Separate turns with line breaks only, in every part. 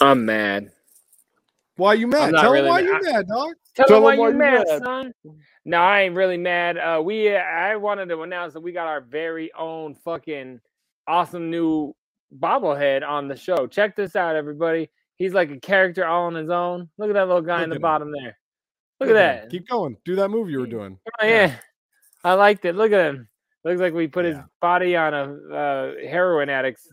I'm mad.
Why you
I'm
mad?
not
Tell
really
him why you
mad.
mad, dog.
Tell,
Tell
them why
them why
you
you
mad,
mad.
son. No, I ain't really mad. Uh, we I wanted to announce that we got our very own fucking awesome new bobblehead on the show. Check this out, everybody. He's like a character all on his own. Look at that little guy
Look
in the
at him.
bottom there. Look at that.
Keep going. Do that move you were doing.
Oh
Yeah.
yeah, I liked it. Look at him. Looks like we put his
Yeah.
body on a uh, heroin addict's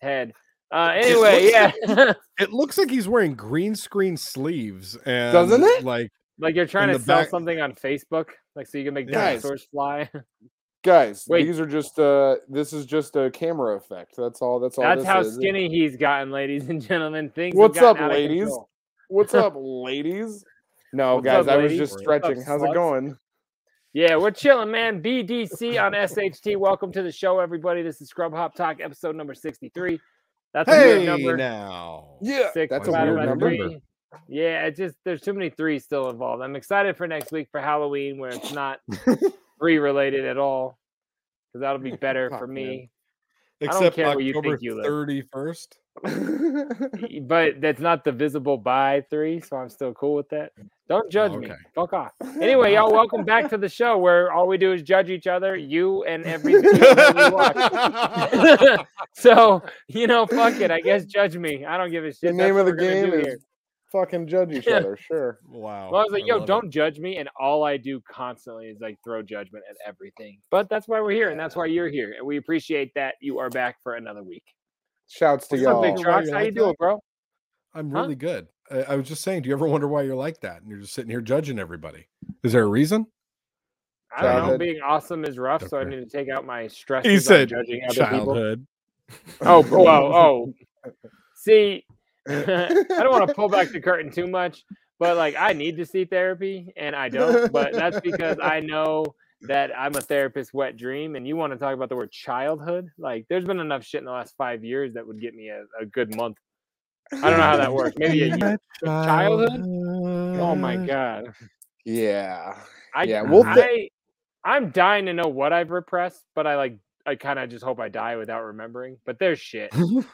head. Uh, anyway, yeah,
It looks like he's wearing green screen sleeves and
Doesn't it?
Like
like you're trying
In
to
the
sell
back-
something on Facebook, like so you can make
Guys.
dinosaurs fly.
Guys,
Wait.
these are just uh this is just a camera effect. That's all that's all
That's
this
how
is, isn't it?
skinny he's gotten, ladies and gentlemen. Things have
What's
gotten
up,
out of
ladies?
control.
What's up, ladies? No,
What's
guys,
up,
I was
ladies?
just
What's up,
stretching. How's
sluts?
it going?
Yeah, we're chilling, man. BDC on SHT. Welcome to the show, everybody. This is Scrub Hop Talk, episode number sixty-three. That's a
hey
weird number.
now.
Yeah,
six
that's a
divided
weird
by
number.
three. Yeah, it just there's too many threes still involved. I'm excited for next week for Halloween where it's not three related at all. Because that'll be better
Fuck,
for
man.
me. don't
Except
care where you
October
think you live.
thirty first.
But that's not the visible by three, so I'm still cool with that. Don't judge me.
okay.
Fuck off. Anyway, y'all, welcome back to the show where all we do is judge each other, you and every video that we watch. so, you know, fuck it. I guess judge me. I don't give a shit.
the
That's
name
what
of the
we're
game
gonna do
is Oh,
here.
fucking judge each
Yeah.
other. Sure.
wow.
Well, I was like, yo,
love it.
don't judge me. And all I do constantly is like throw judgment at everything. But that's why we're here. And that's why you're here. And we appreciate that you are back for another week.
Shouts to
What's up,
What's up,
y'all.
Big
Why
Trucks?
you
How
like
you doing,
that?
bro?
I'm
Huh?
really good. I, I was just saying, do you ever wonder why you're like that? And you're just sitting here judging everybody. Is there a reason?
I don't know.
Childhood.
Being awesome is rough, so I
Definitely.
need to take out my stress.
He said
judging other people.
Childhood.
Oh, bro, oh, oh. See, I don't want to pull back the curtain too much, but like I need to see therapy and I don't. But that's because I know that I'm a therapist wet dream. And you want to talk about the word childhood? Like there's been enough shit in the last five years that would get me a, a good month. I don't know how that works. Maybe a year. Childhood? Oh my God.
Yeah.
I,
Yeah, we'll
I,
fi-
I'm dying to know what I've repressed, but I like, I kind of just hope I die without remembering. But there's shit.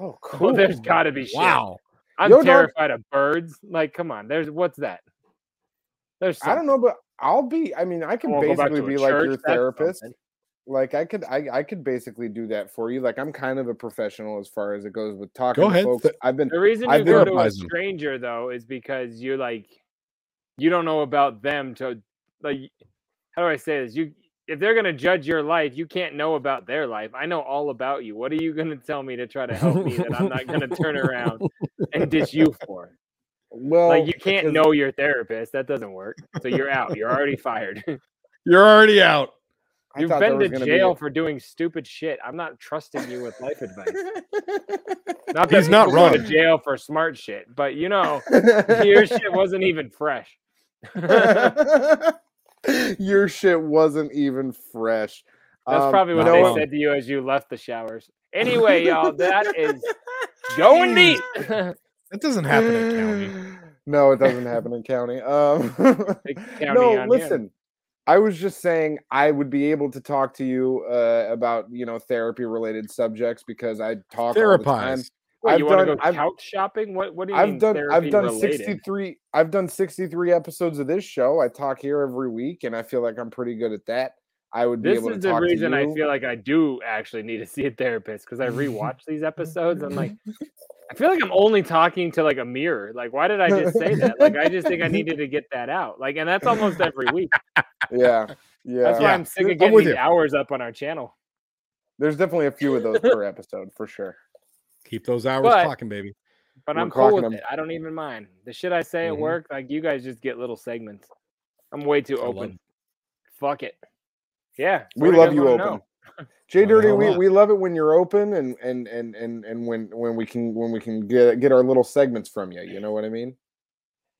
Oh, cool.
Well, there's got to be shit.
Wow.
I'm
Yo, dog.
terrified of birds. Like, come on. There's what's that? There's
I don't know, but I'll be. I mean, I can
won't go back
basically
to a
be like your
church, that's
therapist.
something.
Like I could, I, I could basically do that for you. Like I'm kind of a professional as far as it goes with talking.
ahead,
To folks.
th-
I've been.
The reason you
I
go to a
therapized 'em.
stranger though is because you're like, you don't know about them to like. How do I say this? You if they're gonna judge your life, you can't know about their life. I know all about you. What are you gonna tell me to try to help me that I'm not gonna turn around and dish you for?
Well,
Like you can't
Oh, because-
know your therapist. That doesn't work. So you're out. You're already fired.
You're already out.
I
You've
thought
been
there
to
was gonna be
jail
a-
for doing stupid shit. I'm not trusting you with life advice. Not that
He's not
people go to
wrong.
jail for smart shit, but you know, your shit wasn't even fresh. That's
your shit wasn't even fresh. Um,
probably what
no
they
one-
said to you as you left the showers. Anyway, y'all, that is going deep.
That doesn't happen at county.
No, it doesn't happen in county. Um,
Big county on
no,
you.
listen. I was just saying I would be able to talk to you uh, about you know therapy related subjects because I talk all the time.
Therapize.
Wait,
I've
you want to
done-
go
I've-
couch shopping? What What do you mean?
I've done I've
therapy
done
related?
63 I've done 63 episodes of this show. I talk here every week and I feel like I'm pretty good at that. I would be
This
able
is
to
the
talk
reason
to
I
you.
feel like I do actually need to see a therapist because I rewatch these episodes. I'm like, I feel like I'm only talking to like a mirror. Like, why did I just say that? Like, I just think I needed to get that out. Like, and that's almost every week.
yeah. Yeah.
That's why
Yeah.
I'm sick
I'm
of getting
with
these
you.
hours up on our channel.
There's definitely a few of those per episode for sure.
Keep those hours
But-
talking, baby.
But
We're
I'm cool with
clocking Mm-hmm. 'em.
it. I don't even mind the shit I say
Mhm.
at work. Like, you guys just get little segments. I'm way too
I love
open.
it.
Fuck it. Yeah.
we
what do
love
guys
you
wanna
open.
know?
Jay
Well,
Dirty,
hell
we,
yeah.
we love it when you're open and and and and and when when we can when we can get get our little segments from you. You know what I mean?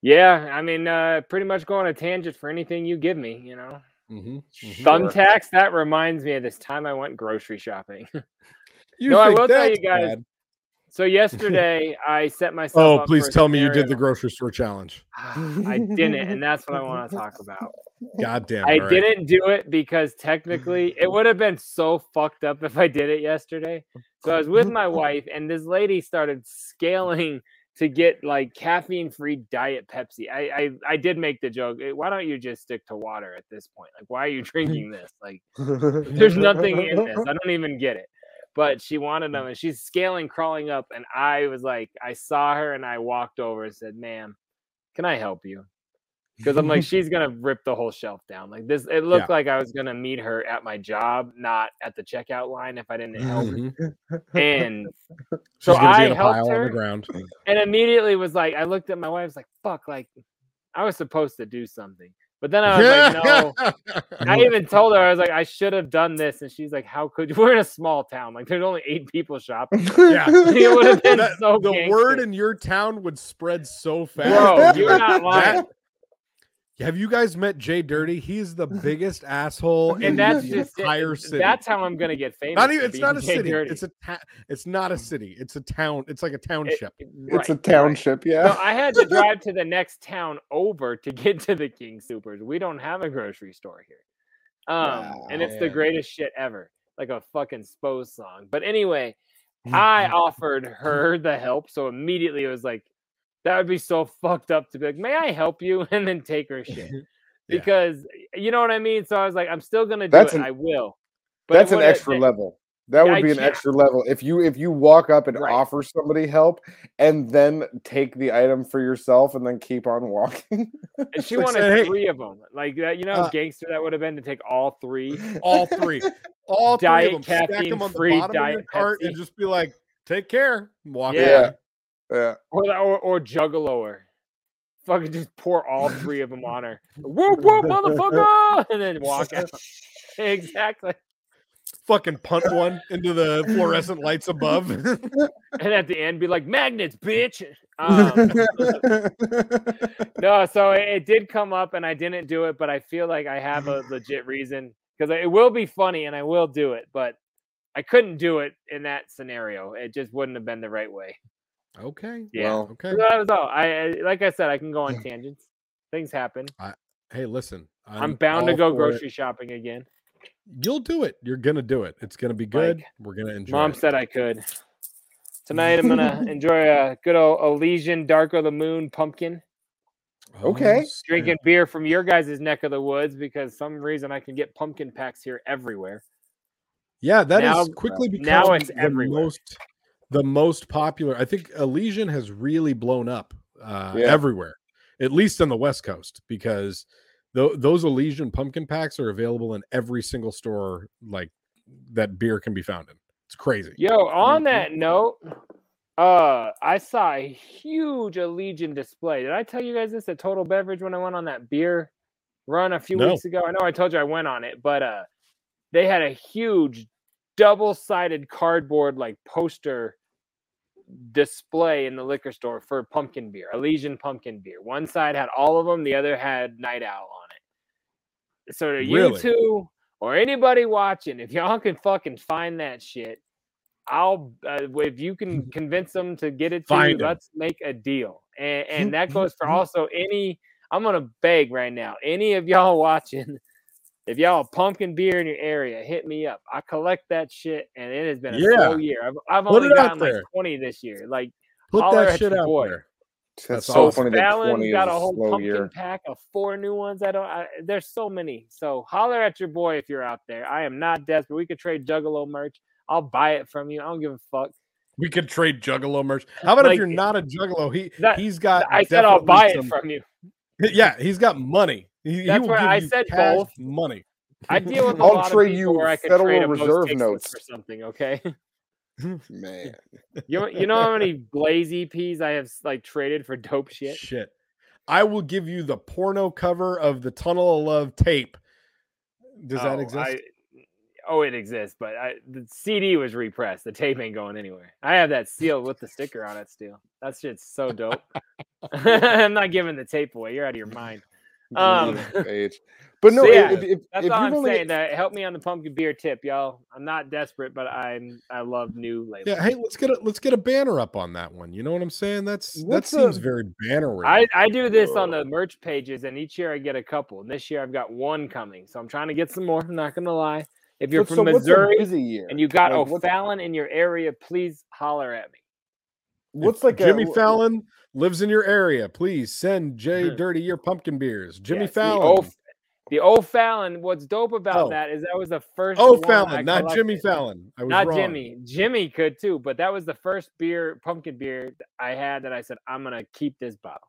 Yeah, I mean, uh, pretty much go on a tangent for anything you give me, you know.
Mm-hmm.
Thumbtacks, that reminds me of this time I went grocery shopping.
You
No, I
think
will tell you
that's
guys,
bad.
so yesterday I set myself
Oh,
up
please
for a
tell me you did the
scenario-
grocery store challenge.
I didn't, and that's what I want to talk about.
God damn it.
I
all right.
didn't do it because technically it would have been so fucked up if I did it yesterday. So I was with my wife, and this lady started scaling to get like caffeine free diet Pepsi. I, I I did make the joke. "Eh, Why don't you just stick to water at this point? Like, why are you drinking this? Like, there's nothing in this. I don't even get it. But she wanted them, and she's scaling, crawling up, and I was like, I saw her, and I walked over and said, "Ma'am, can I help you?" Because I'm like, she's gonna rip the whole shelf down. Like this, it looked like I was gonna meet her at my job, not at the checkout line, if I didn't help. her.
Mhm.
And
She's gonna
I
be in a
helped
pile on
her.
the ground.
and immediately was like, I looked at my wife, was like, "Fuck!" Like I was supposed to do something, but then I was like, "No." I even told her I was like, "I should have done this," and she's like, "How could you?" We're in a small town. Like there's only eight people shopping. it would have been
That-
so
the
gangster.
word in your town would spread so fast.
Bro, you're not lying.
That- have you guys met Jay Dirty? He's the biggest asshole in
and that's
the
just it.
entire city.
That's how I'm gonna get famous.
not even.
for
It's not a
being
city.
dirty.
It's a. Ta- it's not a city. It's a town. It's like a
It-
township.
It's a
right, right.
township,
So
yeah.
I had to drive to the next town over to get to the King Supers. We don't have a grocery store here. Um, and it's the
Wow.
greatest shit ever. Like a fucking Spose song. But anyway, I offered her the help, so immediately it was like, that would be so fucked up to be like, may I help you? And then take her shit.
Yeah.
Because you know what I mean? So I was like, I'm still gonna do
That's
it.
an-
I will. But it
That's an
would've-
extra level. That
Yeah,
would
I
be an
can't-
extra level. If you if you walk up and
Right.
offer somebody help and then take the item for yourself and then keep on walking.
And she
Like
wanted
saying, "Hey,
three of them. Like that, you know, how
uh,
gangster that would have been to take all three.
All three. All three
Diet
of them. Stack them on the
caffeine-free
bottom of your
Diet
cart and
Pepsi.
just be like, "Take care." and Walk
Yeah.
away.
Yeah.
Or the- or, or juggaloer. Fucking just pour all three of them on her. Whoop whoop, motherfucker! And then walk out. exactly.
Fucking punt one into the fluorescent lights above.
And at the end, be like magnets, bitch. Um, no, so it, it did come up, and I didn't do it, but I feel like I have a legit reason because it will be funny, and I will do it, but. I couldn't do it in that scenario. It just wouldn't have been the right way.
okay.
Yeah.
Well,
Okay.
So that was all. I I- like I said, I can go on tangents. Things happen.
Hey, listen.
I'm, bound to
all
go
for it.
grocery shopping again.
You'll do it. You're gonna do it. It's gonna be good.
Mike,
We're gonna enjoy.
Mom
it.
said I could. Tonight I'm gonna enjoy a good old Elysian Dark of the Moon pumpkin.
Oh,
Okay.
snap.
Drinking beer from your guys' neck of the woods because some reason I can get pumpkin packs here everywhere.
Yeah, that is
Now-
quickly become
now it's
the
everywhere.
most the most popular. I think Elysian has really blown up uh,
Yeah.
everywhere, at least on the West Coast, because tho- those Elysian pumpkin packs are available in every single store like that beer can be found in. It's crazy.
Yo,
Mm-hmm.
on that note, uh, I saw a huge Elysian display. Did I tell you guys this at Total Beverage when I went on that beer run a few
No.
weeks ago? I know I told you I went on it, but uh, they had a huge double-sided cardboard like poster display in the liquor store for pumpkin beer, Elysian pumpkin beer. One side had all of them, the other had Night Owl on it. So to you
Really?
two or anybody watching, if y'all can fucking find that shit, I'll uh, if you can convince them to get it to you,
Mm-hmm. Find 'em.
let's make a deal. And, and that goes for also any. I'm gonna beg right now. Any of y'all watching, if y'all pumpkin beer in your area, hit me up. I collect that shit, and it has been a slow year. I've, I've
Put
only
it out
gotten like
there.
20 this year. Like
Put
Holler
that
at
shit
your
out
boy.
there.
That's
That's
so
awesome.
funny that
Fallon
20
got
is
a
a
whole
slow
pumpkin
year.
pack of four new ones. I don't. I, there's so many. So holler at your boy if you're out there. I am not desperate. We could trade Juggalo merch. I'll buy it from you. I don't give a fuck.
We could trade Juggalo merch. How about
Like-
if you're not a Juggalo? He
That-
he's got.
I said I'll
definitely
buy it
some-
from you.
Yeah, he's got money. He, he
That's
will
where
give
I
you
said
cash
both.
money.
I deal with a
I'll
lot of
trade
people
you
where I could
Federal
trade a most
Reserve
tasteless
notes.
for something. Okay.
Man.
You you know how many Blaze EPs I have s- like traded for dope shit?
Shit. I will give you the porno cover of the Tunnel of Love tape Does that exist?
Oh, I, oh, it exists, but I, the CD was repressed. The tape ain't going anywhere. I have that seal with the sticker on it still. That shit's so dope. I'm not giving the tape away. You're out of your mind. Um,
Age. But no,
so yeah,
if, if,
that's
if
all
you've
I'm
only
saying. That help me on the pumpkin beer tip, y'all. I'm not desperate, but I'm. I love new labels.
Yeah, hey, let's get a let's get a banner up on that one. You know what I'm saying? That's
What's
that seems
a-
very banner
I, I do this on the merch pages, and each year I get a couple. And this year I've got one coming, so I'm trying to get some more. I'm not gonna lie. If you're
so-
from
so what's a
Missouri
busy year?
and you got
Like, what's-
O'Fallon in your area, please holler at me.
what's like
Jimmy
a, wh-
Fallon lives in your area. Please send Jay
Mhm.
Dirty your pumpkin beers. Jimmy
Yes, the
Fallon.
O'F- The O'Fallon. What's dope about
Oh.
that is that was the first.
Oh,
one I
Fallon, not Jimmy
collected.
Fallon. I was
Not
wrong.
Jimmy. Jimmy could too, but that was the first beer, pumpkin beer th- I had that I said I'm gonna keep this bottle.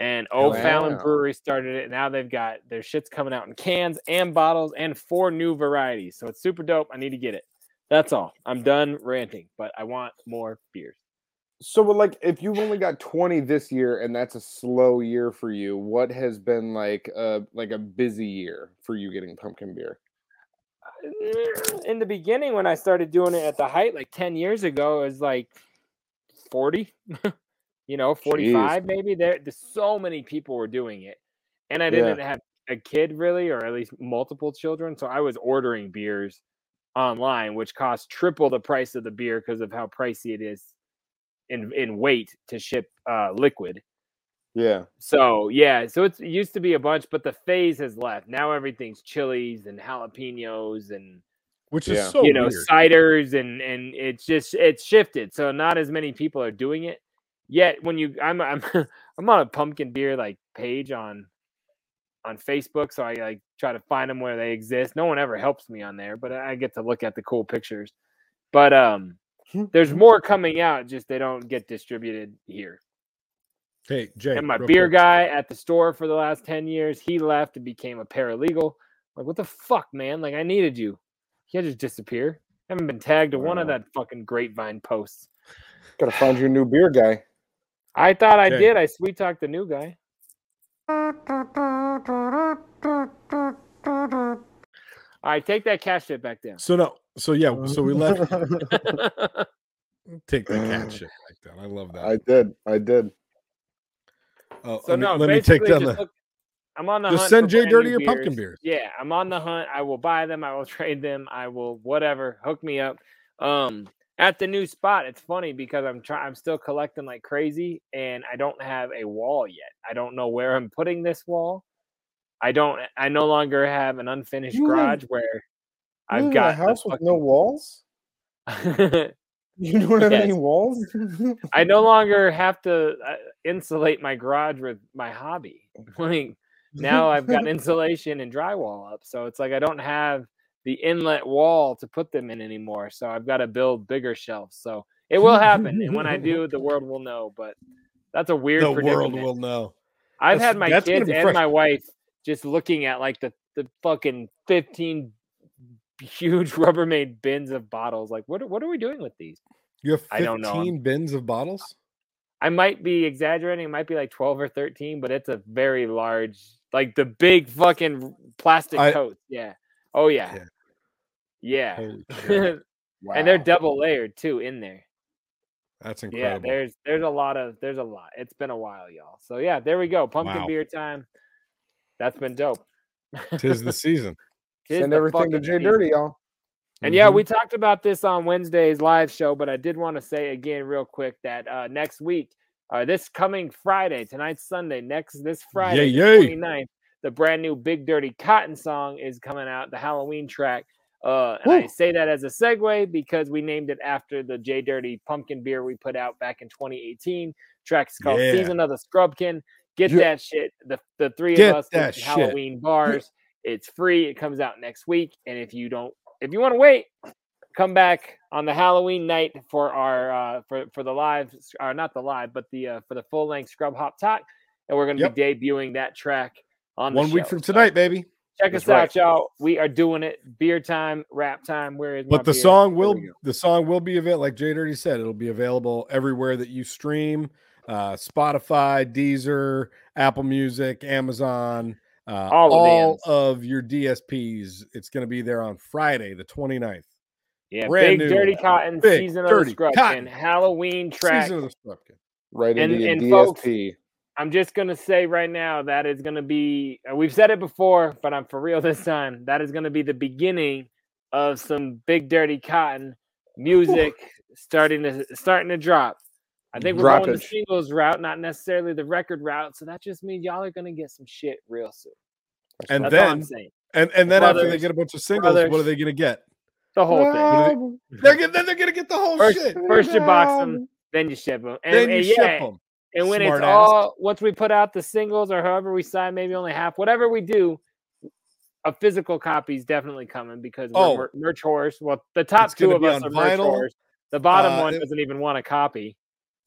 And Old Fallon
Wow.
Brewery started it. Now they've got their shits coming out in cans and bottles and four new varieties. So it's super dope. I need to get it. That's all. I'm done ranting, but I want more beers.
So, but like, if you've only got twenty this year, and that's a slow year for you, what has been like a like a busy year for you getting pumpkin beer?
In the beginning, when I started doing it at the height, like 10 years ago, it was like 40, you know, 45 maybe. There, there's so many people were doing it. And I
Yeah.
didn't have a kid really, or at least multiple children. So I was ordering beers online, which cost triple the price of the beer because of how pricey it is in, in weight to ship uh, liquid.
Yeah,
So yeah, so it's, it used to be a bunch, but the phase has left. Now everything's chilies and jalapenos and
Which
Yeah.
is so
you know
weird.
ciders and and it's just it's shifted. So not as many people are doing it yet. When you I'm I'm I'm on a pumpkin beer like page on on Facebook, so I like try to find them where they exist. No one ever helps me on there, but I get to look at the cool pictures. But um,
Hmm.
there's more coming out. Just they don't get distributed here
Hey, Jay.
and my
real
beer
quick.
guy at the store for the last 10 years he left and became a paralegal like what the fuck man like i needed you you can't just disappear haven't been tagged to one of
Wow.
that fucking grapevine posts
gotta find your new beer guy.
i thought i
Okay.
did i sweet talked the new guy all right take that cash shit back down
So no. So yeah. So we left. Take that cat shit back down. I love that.
I did, I did.
oh,
so
let me,
no
let me take
basically
down
just
the.
look- i'm on the
Just
hunt
send
for
Jay
brand new
Dirty your pumpkin beers.
Yeah, I'm on the hunt. I will buy them. I will trade them. I will whatever. Hook me up. Um, at the new spot, it's funny because I'm trying. I'm still collecting like crazy, and I don't have a wall yet. I don't know where I'm putting this wall. I don't. I no longer have an unfinished
You live-
garage where
You live
I've
in
got
a
the
house with no walls.
fucking-
You don't have any
Yes.
walls.
I no longer have to uh, insulate my garage with my hobby. Like now I've got insulation and drywall up, so it's like I don't have the inlet wall to put them in anymore. So I've got to build bigger shelves. So it will happen, and when I do, the world will know. But that's a weird.
The world
predicament.
will know.
I've
That's-
had my
that's gonna
kids
be
and my wife just looking at like the the fucking fifteen huge Rubbermaid bins of bottles. Like, what are- what are we doing with these?
You have
I don't know.
15 bins of bottles.
I might be exaggerating. It might be like 12 or 13, but it's a very large, like the big fucking plastic
I-
coats. Yeah. Oh, yeah. Yeah.
Holy shit.
and they're double layered too in there.
That's
Yeah.
incredible.
There's, there's a lot of, there's a lot. It's been a while, y'all. So, yeah, there we go. Pumpkin
Wow.
beer time. That's been dope.
Tis the season.
Tis
Send
the
everything to
fucking
Jay
season.
Dirty, y'all.
And yeah,
Mhm.
we talked about this on Wednesday's live show, but I did want to say again, real quick, that uh, next week, uh, this coming Friday, tonight's Sunday, next this Friday,
yay.
the 29th, the brand new Big Dirty Cotton song is coming out, the Halloween track. Uh, and I
Woo.
say that as a segue because we named it after the J Dirty pumpkin beer we put out back in 2018. Track's called
Yeah.
Season of the Scrubkin. Get
Yeah.
that shit. The, the three
Get
of us
that
at
shit.
Halloween bars. It's free. It comes out next week. And if you don't, if you want to wait, come back on the Halloween night for our uh, for for the live, s- or not the live, but the uh, for the full length Scrub Hop Talk, and we're going to be debuting that track on the
One week
show.
from
So
tonight, baby.
check
That's
us
right.
out, y'all. We are doing it. Beer time, rap time. Where is my
But the
beer?
song
There
will
we go.
the song will be available, like Jade already said, it'll be available everywhere that you stream, uh, Spotify, Deezer, Apple Music, Amazon, Uh,
All
all
of the
of, your DSPs. It's going to be there on Friday, the 29th.
Yeah, big
Brand new.
dirty cotton
Big
season of
Dirty
the scrub
Cotton.
and Halloween track.
Season of the Strupkin.
Right
And-
into
and
your
folks-
DSP.
I'm just gonna say right now that is gonna be. uh, We've said it before, but I'm for real this time. That is gonna be the beginning of some big dirty cotton music starting to starting to drop. I think we're going the
Droppage.
singles route, not necessarily the record route. So that just means y'all are gonna get some shit real soon.
And
That's all I'm
then,
saying.
and, and then after they
Brothers.
get a bunch of singles, what are
Brothers.
they going to get?
The whole thing.
They're gonna, then they're going to get the whole
First,
shit.
first you box them, then you ship them, and,
then you
and
ship
yeah,
'em.
And when it's
Smart ass.
all once we put out the singles or however we sign, maybe only half, whatever we do, a physical copy is definitely coming because we're
Oh.
mer- merch horse. Well, the top
It's
two
gonna
of
be
us
on
are merch
vinyl.
horse. The bottom
Uh,
one
it-
doesn't even want a copy.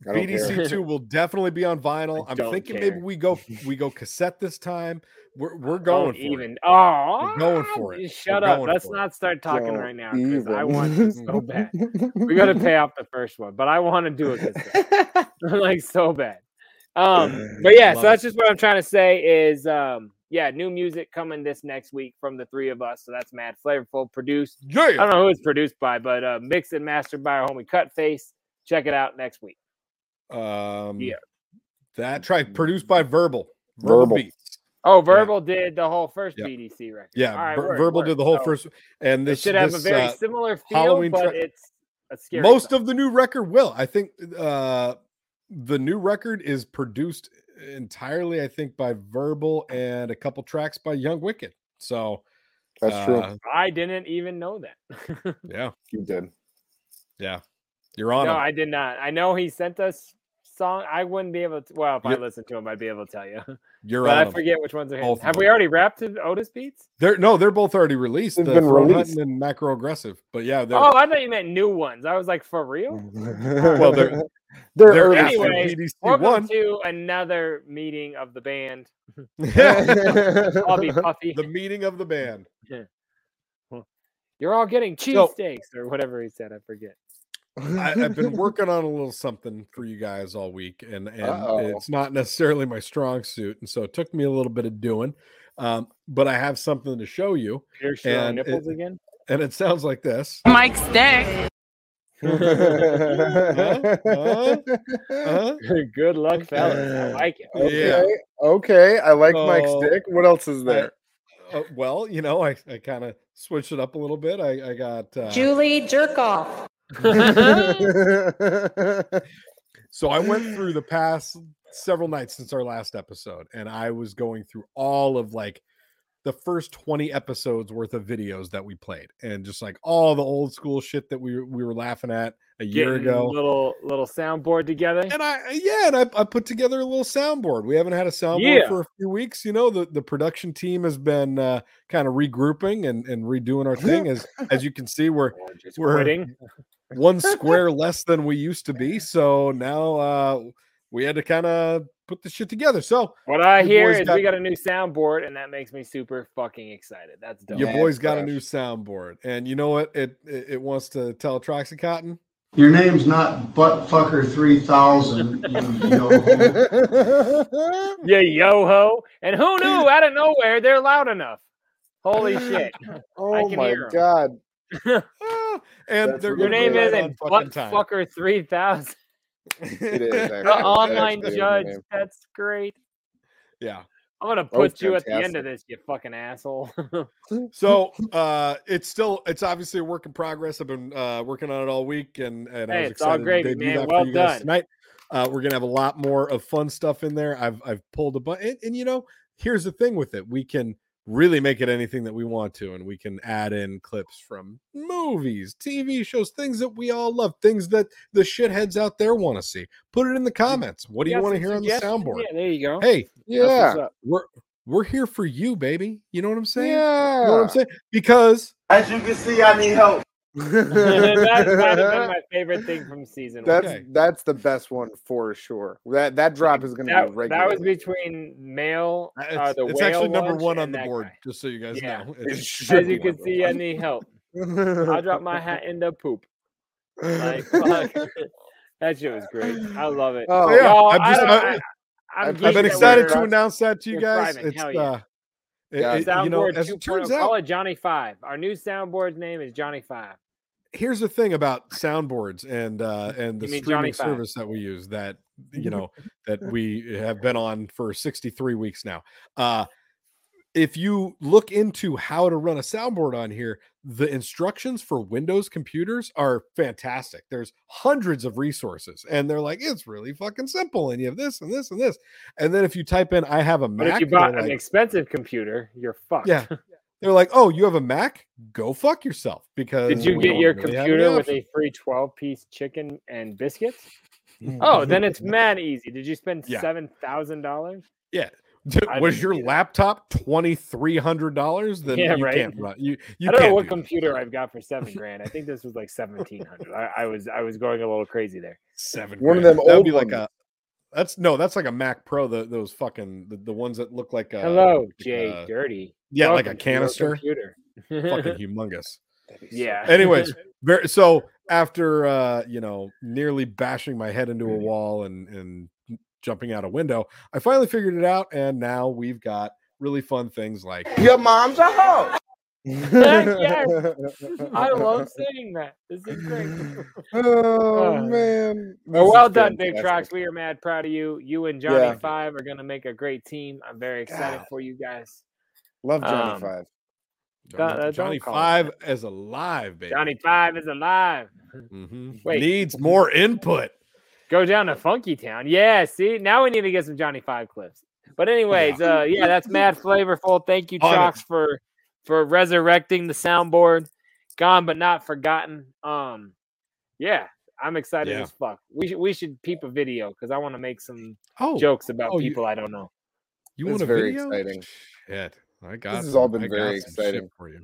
I don't care.
BDC two will definitely be on vinyl.
I
I'm
don't
thinking
care.
maybe we go we go cassette this time. We're we're
Don't
going for
even.
it.
Oh,
going for it.
Shut
We're
up.
going
Let's
for it.
not start talking
Don't
right now because I
even.
want this so bad. we got to pay off the first one, but I want to do it this time. like so bad. Um, but yeah, so
Love
that's
it.
just what I'm trying to say is um, yeah, new music coming this next week from the three of us. So that's mad flavorful, produced.
Yeah.
I don't know who it's produced by, but uh, mixed and mastered by our homie Cutface. Check it out next week.
Um,
Yeah.
That track produced by Verbal. Verbal,
Verbal.
beats.
Oh, Verbal did the whole first
Yeah.
BDC record.
Yeah,
All right,
Ver-
word,
Verbal
word.
did the whole
So
first. And
It
this
should have a
this,
very
uh,
similar feel,
Halloween
but
track-
it's a scary.
most
song.
of the new record will. I think uh, the new record is produced entirely, I think, by Verbal and a couple tracks by Young Wicked. So
That's true.
uh,
I didn't even know that.
Yeah,
You did.
you're on.
No,
'em.
I did not. I know he sent us song. I wouldn't be able to. Well, if I
You're-
listened to him, I'd be able to tell you.
you're
But
on.
I
'em.
forget which ones are him.
Both of
Have we
them.
already wrapped to Otis Beats?
They're no, they're both already released.
They've
the
been
Throne Hunting
released.
and macro aggressive, but yeah, they're
Oh, I thought you meant new ones. I was like, for
Mm.
real?
well,
they're-
they're
they're
early
after
Anyways,
BDC
Welcome
one.
to another meeting of the band. I'll be
stuff.
puffy.
the meeting of the band.
You're all getting
So-
cheesesteaks or whatever he said. I forget.
I, I've been working on a little something for you guys all week, and and
Uh-oh.
it's not necessarily my strong suit, and so it took me a little bit of doing. Um, but I have something to show you,
You're showing
And
nipples
it-
again?
and it sounds like this.
Mike's dick.
Huh? Uh,
Good luck, fellas. I like it.
Yeah. Oh.
Okay. Okay. I like Mike's
So,
dick. What else is there?
uh, well, you know, I, I kind of switched it up a little bit. I, I got uh,
Julie Jerkoff.
So I went through the past several nights since our last episode, and I was going through all of like the first 20 episodes worth of videos that we played and just like all the old school shit that we, were- we were laughing at a year
Getting
ago.
Little little soundboard together.
And I, yeah, and I, I put together a little soundboard. We haven't had a soundboard
Yeah.
for a few weeks. You know, the, the production team has been uh, kind of regrouping and, and redoing our thing. As as you can see, we're
Just
we're-
quitting.
one square less than we used to be. So now uh, we had to kind of put the shit together. So
What I
Your
hear
boys
is
got-
we got a new soundboard, and that makes me super fucking excited. That's dope.
your
Yeah,
boy's got a
fresh.
new soundboard, and you know what? It it, it wants to tell Troxycotton.
Your name's not Buttfucker three thousand. You know.
Yeah, yo ho! And who knew out of nowhere they're loud enough? Holy shit!
oh
can
my
hear 'em.
god.
Ah, and
That's
they're
We're really
Your
gonna
name
be right
isn't
on fucking time.
Buttfucker Three Thousand.
It is actually.
The
That
online
actually is my
judge.
name.
That's great.
Yeah.
I'm gonna
Oh,
put you at the end of this, you fucking asshole.
So uh, it's still it's obviously a work in progress. I've been uh, working on it all week, and and I
Hey,
was
it's all
excited
gravy,
to debut
man.
that
Well
for you guys
done.
tonight. Uh, we're gonna have a lot more of fun stuff in there. I've I've pulled a bunch, and, and you know, here's the thing with it: we can really make it anything that we want to, and we can add in clips from movies, TV shows, things that we all love, things that the shitheads out there want to see. Put it in the comments. What do you
got
want to
some
hear on the
suggestions?
soundboard?
Yeah, there you go.
Hey,
Yeah.
we're we're here for you, baby. You know what I'm saying?
Yeah.
You know what I'm saying? Because
As you can see, I need help.
that might have been my favorite thing from season. one.
That's
Okay.
that's the best one for sure. That that drop is going to
That,
be regular.
that was between male.
Uh,
Uh,
It's,
the
it's
whale
actually number
watch
one
and
on the
that
board,
guy.
just so you guys
Yeah.
know.
It
It's-
should
As
be
you can
regular.
see, I need help. I'll drop my hat in the poop. Like, fuck. that shit was great. I love it.
Oh,
yeah,
Y'all,
I'm
I
just-
don't-
I-
I- I'm
I've
geeked that
I've been
we're-
excited to announce that to you
we're
guys.
thriving.
It's
Hell yeah.
uh, It-
Yeah.
it- you know,
Soundboard
as
2.0.
it turns
Call
out,
it Johnny Five. Our new soundboard's name is Johnny Five.
here's the thing about soundboards and uh, and the
You mean
streaming
Johnny Five. Mm-hmm.
service that we use that you know that we have been on for 63 weeks now. Uh, if you look into how to run a soundboard on here, the instructions for Windows computers are fantastic. There's hundreds of resources, and they're like, it's really fucking simple, and you have this and this and this. And then if you type in, I have a
But
Mac,
if you
they're
bought an
like-
expensive computer, you're fucked.
Yeah. They're like, "Oh, you have a Mac? Go fuck yourself." Because
Did you
we
get
don't
your
really have
computer
any
with
options."
a free 12 piece chicken and biscuits? Oh, then it's mad easy. Did you spend
Yeah.
$7,000?
yeah. Dude,
I
Was
didn't
your
either.
laptop twenty three hundred dollars? Then
Yeah,
you
right.
can't run. You you
I don't
can't
know what
do that.
computer I've got for seven grand. I think this was like 1700. I, I was I was going a little crazy there.
seven.
One of
grand.
them
That'd
old
be like
ones.
a. That's no. That's like a Mac Pro. The, those fucking the, the ones that look like a
Hello,
like
Jay
a-
Dirty.
yeah, like a
Welcome to your
canister.
computer.
Fucking humongous.
yeah.
Anyways, very, so after uh, you know nearly bashing my head into
Mm-hmm.
a wall and and jumping out a window, I finally figured it out, and now we've got really fun things like
Your mom's a hoe.
I love saying that. This is great.
Oh
Uh,
man. This
Well,
is
well done, Big Trox.
fantastic.
We are mad proud of you. You and Johnny
Yeah.
Five are gonna make a great team. I'm very excited for you guys.
Love Johnny
Um,
Five.
Don't-
Johnny,
don't
Johnny
call it
Five as alive, baby.
Johnny Five is alive.
Mhm.
Wait.
needs more input.
Go down to Funky Town. Yeah, see, now we need to get some Johnny Five clips. But anyways, uh, yeah, that's mad flavorful. Thank you,
On it.
Trox, for for resurrecting the soundboard. Gone but not forgotten. Um, yeah, I'm excited
Yeah.
as fuck. We should we should peep a video because I want to make some
Oh,
jokes about
oh, you-
people I don't know.
you
This
want
is
a
very
video?
exciting.
Shit, I got.
has
some-
all been
I got
very
some shit
exciting.
for you.
You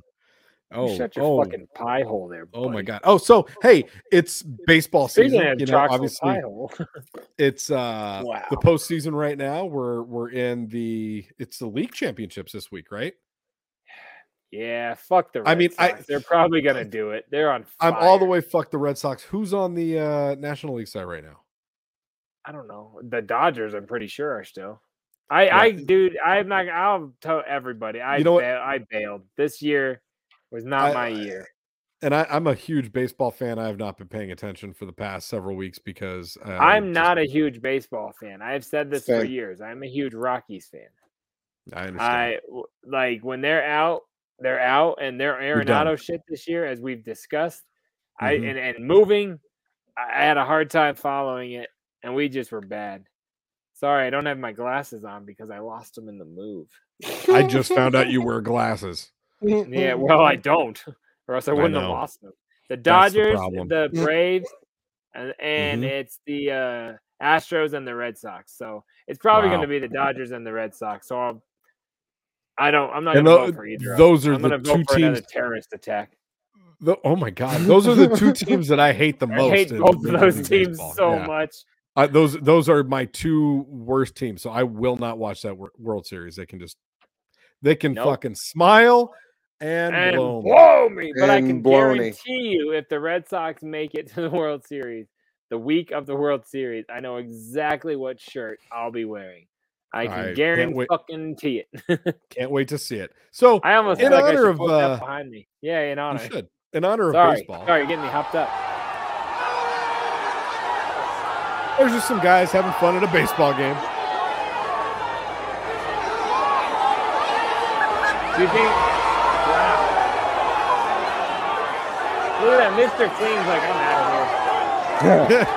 Oh,
shut your
oh,
fucking pie hole there.
oh my
buddy.
god. Oh, so hey, it's baseball
Speaking
season.
of
You know,
Trox's
obviously
pie hole,
it's uh
Wow.
the postseason right now. We're we're in the it's the league championships this week, right?
yeah, fuck the. Red
I mean, I-
Sox. they're probably gonna do it. They're on. Fire.
I'm all the way fucked the Red Sox. Who's on the uh National League side right now?
I don't know. The Dodgers, I'm pretty sure, are still. I,
Yeah.
I, dude, I'm not. I'll tell everybody. I,
You know what?
bail, I bailed. This year was not
I-
my
I-
year.
And I, I'm a huge baseball fan. I have not been paying attention for the past several weeks because uh,
I'm
just-
not a huge baseball fan. I have said this for
Same.
years. I'm a huge Rockies fan.
I understand.
I w- like when they're out, they're out, and their
done.
Arenado shit this year, as we've discussed. I
Mhm.
and, and moving, I I had a hard time following it, and we just were bad. Sorry, I don't have my glasses on because I lost them in the move.
I just found out you wear glasses.
Yeah, well, I don't, or else I
I
wouldn't have
know.
lost them. The
That's the
Dodgers,
problem. Mm-hmm.
the, Braves, and, and it's the uh, Astros and the Red Sox. So it's probably
Wow.
going to be the Dodgers and the Red Sox. So I'll, I don't. I'm not
And
going to vote
tho-
for either. of them.
those are
I'm
the
going to vote
two
for another
teams.
terrorist attack.
tho- oh my god, those are the two teams that I hate the most.
I hate
in
both of
Major
those
League
teams
Baseball.
so
Yeah.
much.
I- those those are my two worst teams. So I will not watch that wor- World Series. They can just they can
Nope.
fucking smile and,
and
blow
blow,
me.
me. But I
And
can
blowny.
guarantee you, if the Red Sox make it to the World Series, the week of the World Series, I know exactly what shirt I'll be wearing. I
I
can
can't
guarantee
wait.
fucking it.
Can't wait to see it. So
I almost
In
feel like I
honor
should
of,
put that
uh,
behind me. Yeah, in
you
honor.
should in honor of
Sorry,
baseball.
sorry, you're getting me hopped up.
There's just some guys having fun at a baseball game.
Do you think? Wow. Look at that, Mr. Clean's like I'm out of here.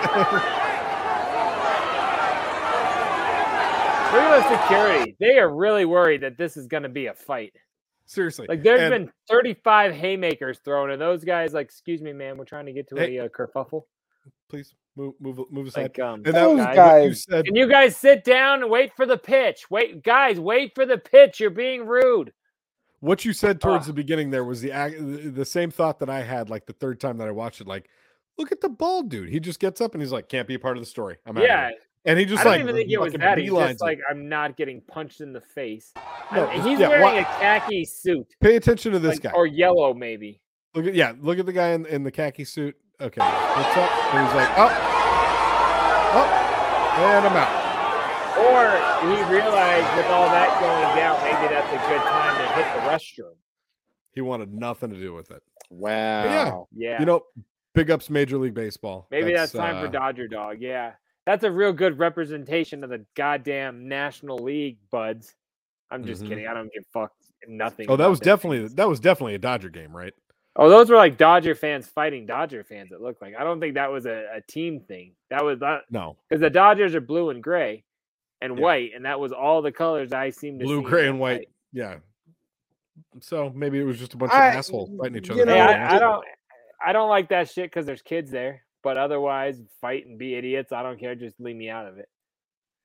Look at the security. They are really worried that this is going to be a fight.
Seriously,
Like there's
And-
been 35 haymakers thrown, and those guys like, excuse me, man, we're trying to get to
Hey.
a uh, kerfuffle.
please move move move aside.
Like, um,
and that was
Those
what you
guys.
said.
can you guys sit down and wait for the pitch? Wait, guys, wait for the pitch. You're being rude.
What you said towards
Ah.
the beginning there was the ac- the the same thought that I had like the third time that I watched it. Like, look at the bald dude. He just gets up and he's like, "Can't be a part of the story. I'm out." of here."
yeah,
and he just
I don't
like
even think it was
fucking
that. He's
beelines
just
it.
like, I'm not getting punched in the face.
No,
I-
just-
he's
yeah,
wearing
why-
a khaki suit,
Pay attention to this
like,
guy.
or yellow maybe.
Look at yeah, look at the guy in, in the khaki suit. Okay, what's up? And he's like, oh, oh, and I'm out.
Oh, Or he realized with all that going down, maybe that's a good time to hit the restroom.
He wanted nothing to do with it.
Wow.
Yeah.
You know, big ups Major League Baseball.
maybe that's, time for
uh,
Dodger Dog. Yeah. That's a real good representation of the goddamn National League, buds. I'm just
Mhm.
kidding. I don't give a fuck nothing.
Oh, that
about
was
them
definitely
things.
that was definitely a Dodger game, right?
Oh, those were like Dodger fans fighting Dodger fans. It looked like I don't think that was a, a team thing. That was not
No,
because the Dodgers are blue and gray and
Yeah.
white, and that was all the colors I seem to
blue,
see in
gray,
that
and white.
fight.
Yeah. So maybe it was just a bunch
I-
of assholes fighting each
you
other.
know,
Hey,
down the
I, I
alley.
don't, I don't like that shit because there's kids there. But otherwise, fight and be idiots. I don't care. Just leave me out of it.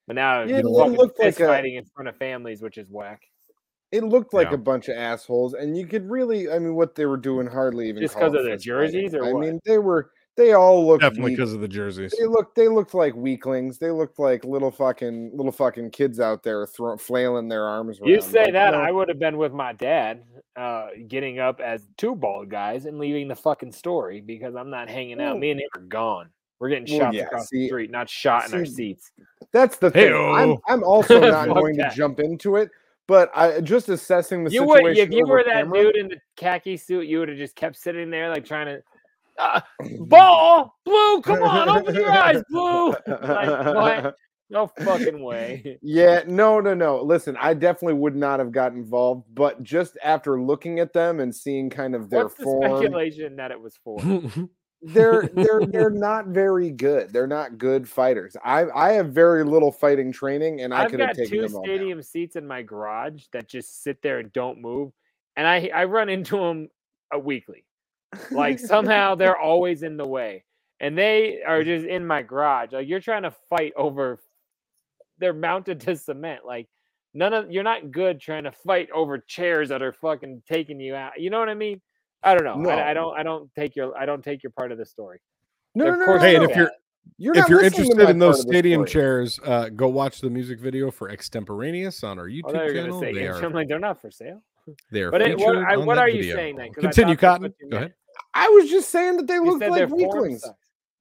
But now
Yeah,
you
it
fucking
looked like
fist
a-
fighting in front of families, which is whack.
It looked like
Yeah.
a bunch of assholes, and you could really—I mean, what they were doing hardly even
Just
call
'cause
it
of their
fist fighting.
jerseys or
I
what?
mean, they were—they all looked
definitely
weak.
because of the jerseys.
They looked they looked like weaklings. They looked like little fucking little fucking kids out there throw, flailing their arms.
You
around,
say
like,
that,
no.
I would have been with my dad, uh, getting up as two bald guys and leaving the fucking story because I'm not hanging out.
Well-
Me and him are gone. We're getting
Well,
shot
yeah,
across
see-
the street, not shot in our
see,
seats.
That's the thing. I'm,
Heyo.
I'm also not
Fuck
going
that.
to jump into it, but I just assessing the
You
situation.
would if you
over
were that
camera-
dude in the khaki suit, you would have just kept sitting there like trying to uh, ball blue. Come on, open your eyes, blue. Like, what? No fucking way.
Yeah, no, no, no. Listen, I definitely would not have got involved, but just after looking at them and seeing kind of their
What's the
form,
speculation that it was for?
they're they're they're not very good. They're not good fighters. I I have very little fighting training, and I
I've
could have
got
taken
two
them all. down.
stadium seats in my garage that just sit there and don't move, and I I run into them a weekly. Like somehow they're always in the way, and they are just in my garage. Like you're trying to fight over, they're mounted to cement. Like none of you're not good trying to fight over chairs that are fucking taking you out. You know what I mean? I don't know. I, I
No.
don't. I don't take your. I don't take your part of the story.
No,
Of
no, no,
course
no,
Hey, and
no.
if you're
not
if you're
listening to
interested
my
in those
part of the
stadium
story.
chairs, uh, go watch the music video for Extemporaneous on our
Oh, I thought
YouTube
you were
channel.
gonna say
They
I'm
are,
like they're not for sale.
they are
But it, what,
featured
I,
on
what
that
are you
video.
saying then? 'Cause I
Continue,
thought that's what
Cotton.
you
Go ahead.
meant.
I was just saying that they
You
looked
said
like
their form
weaklings.
sucks.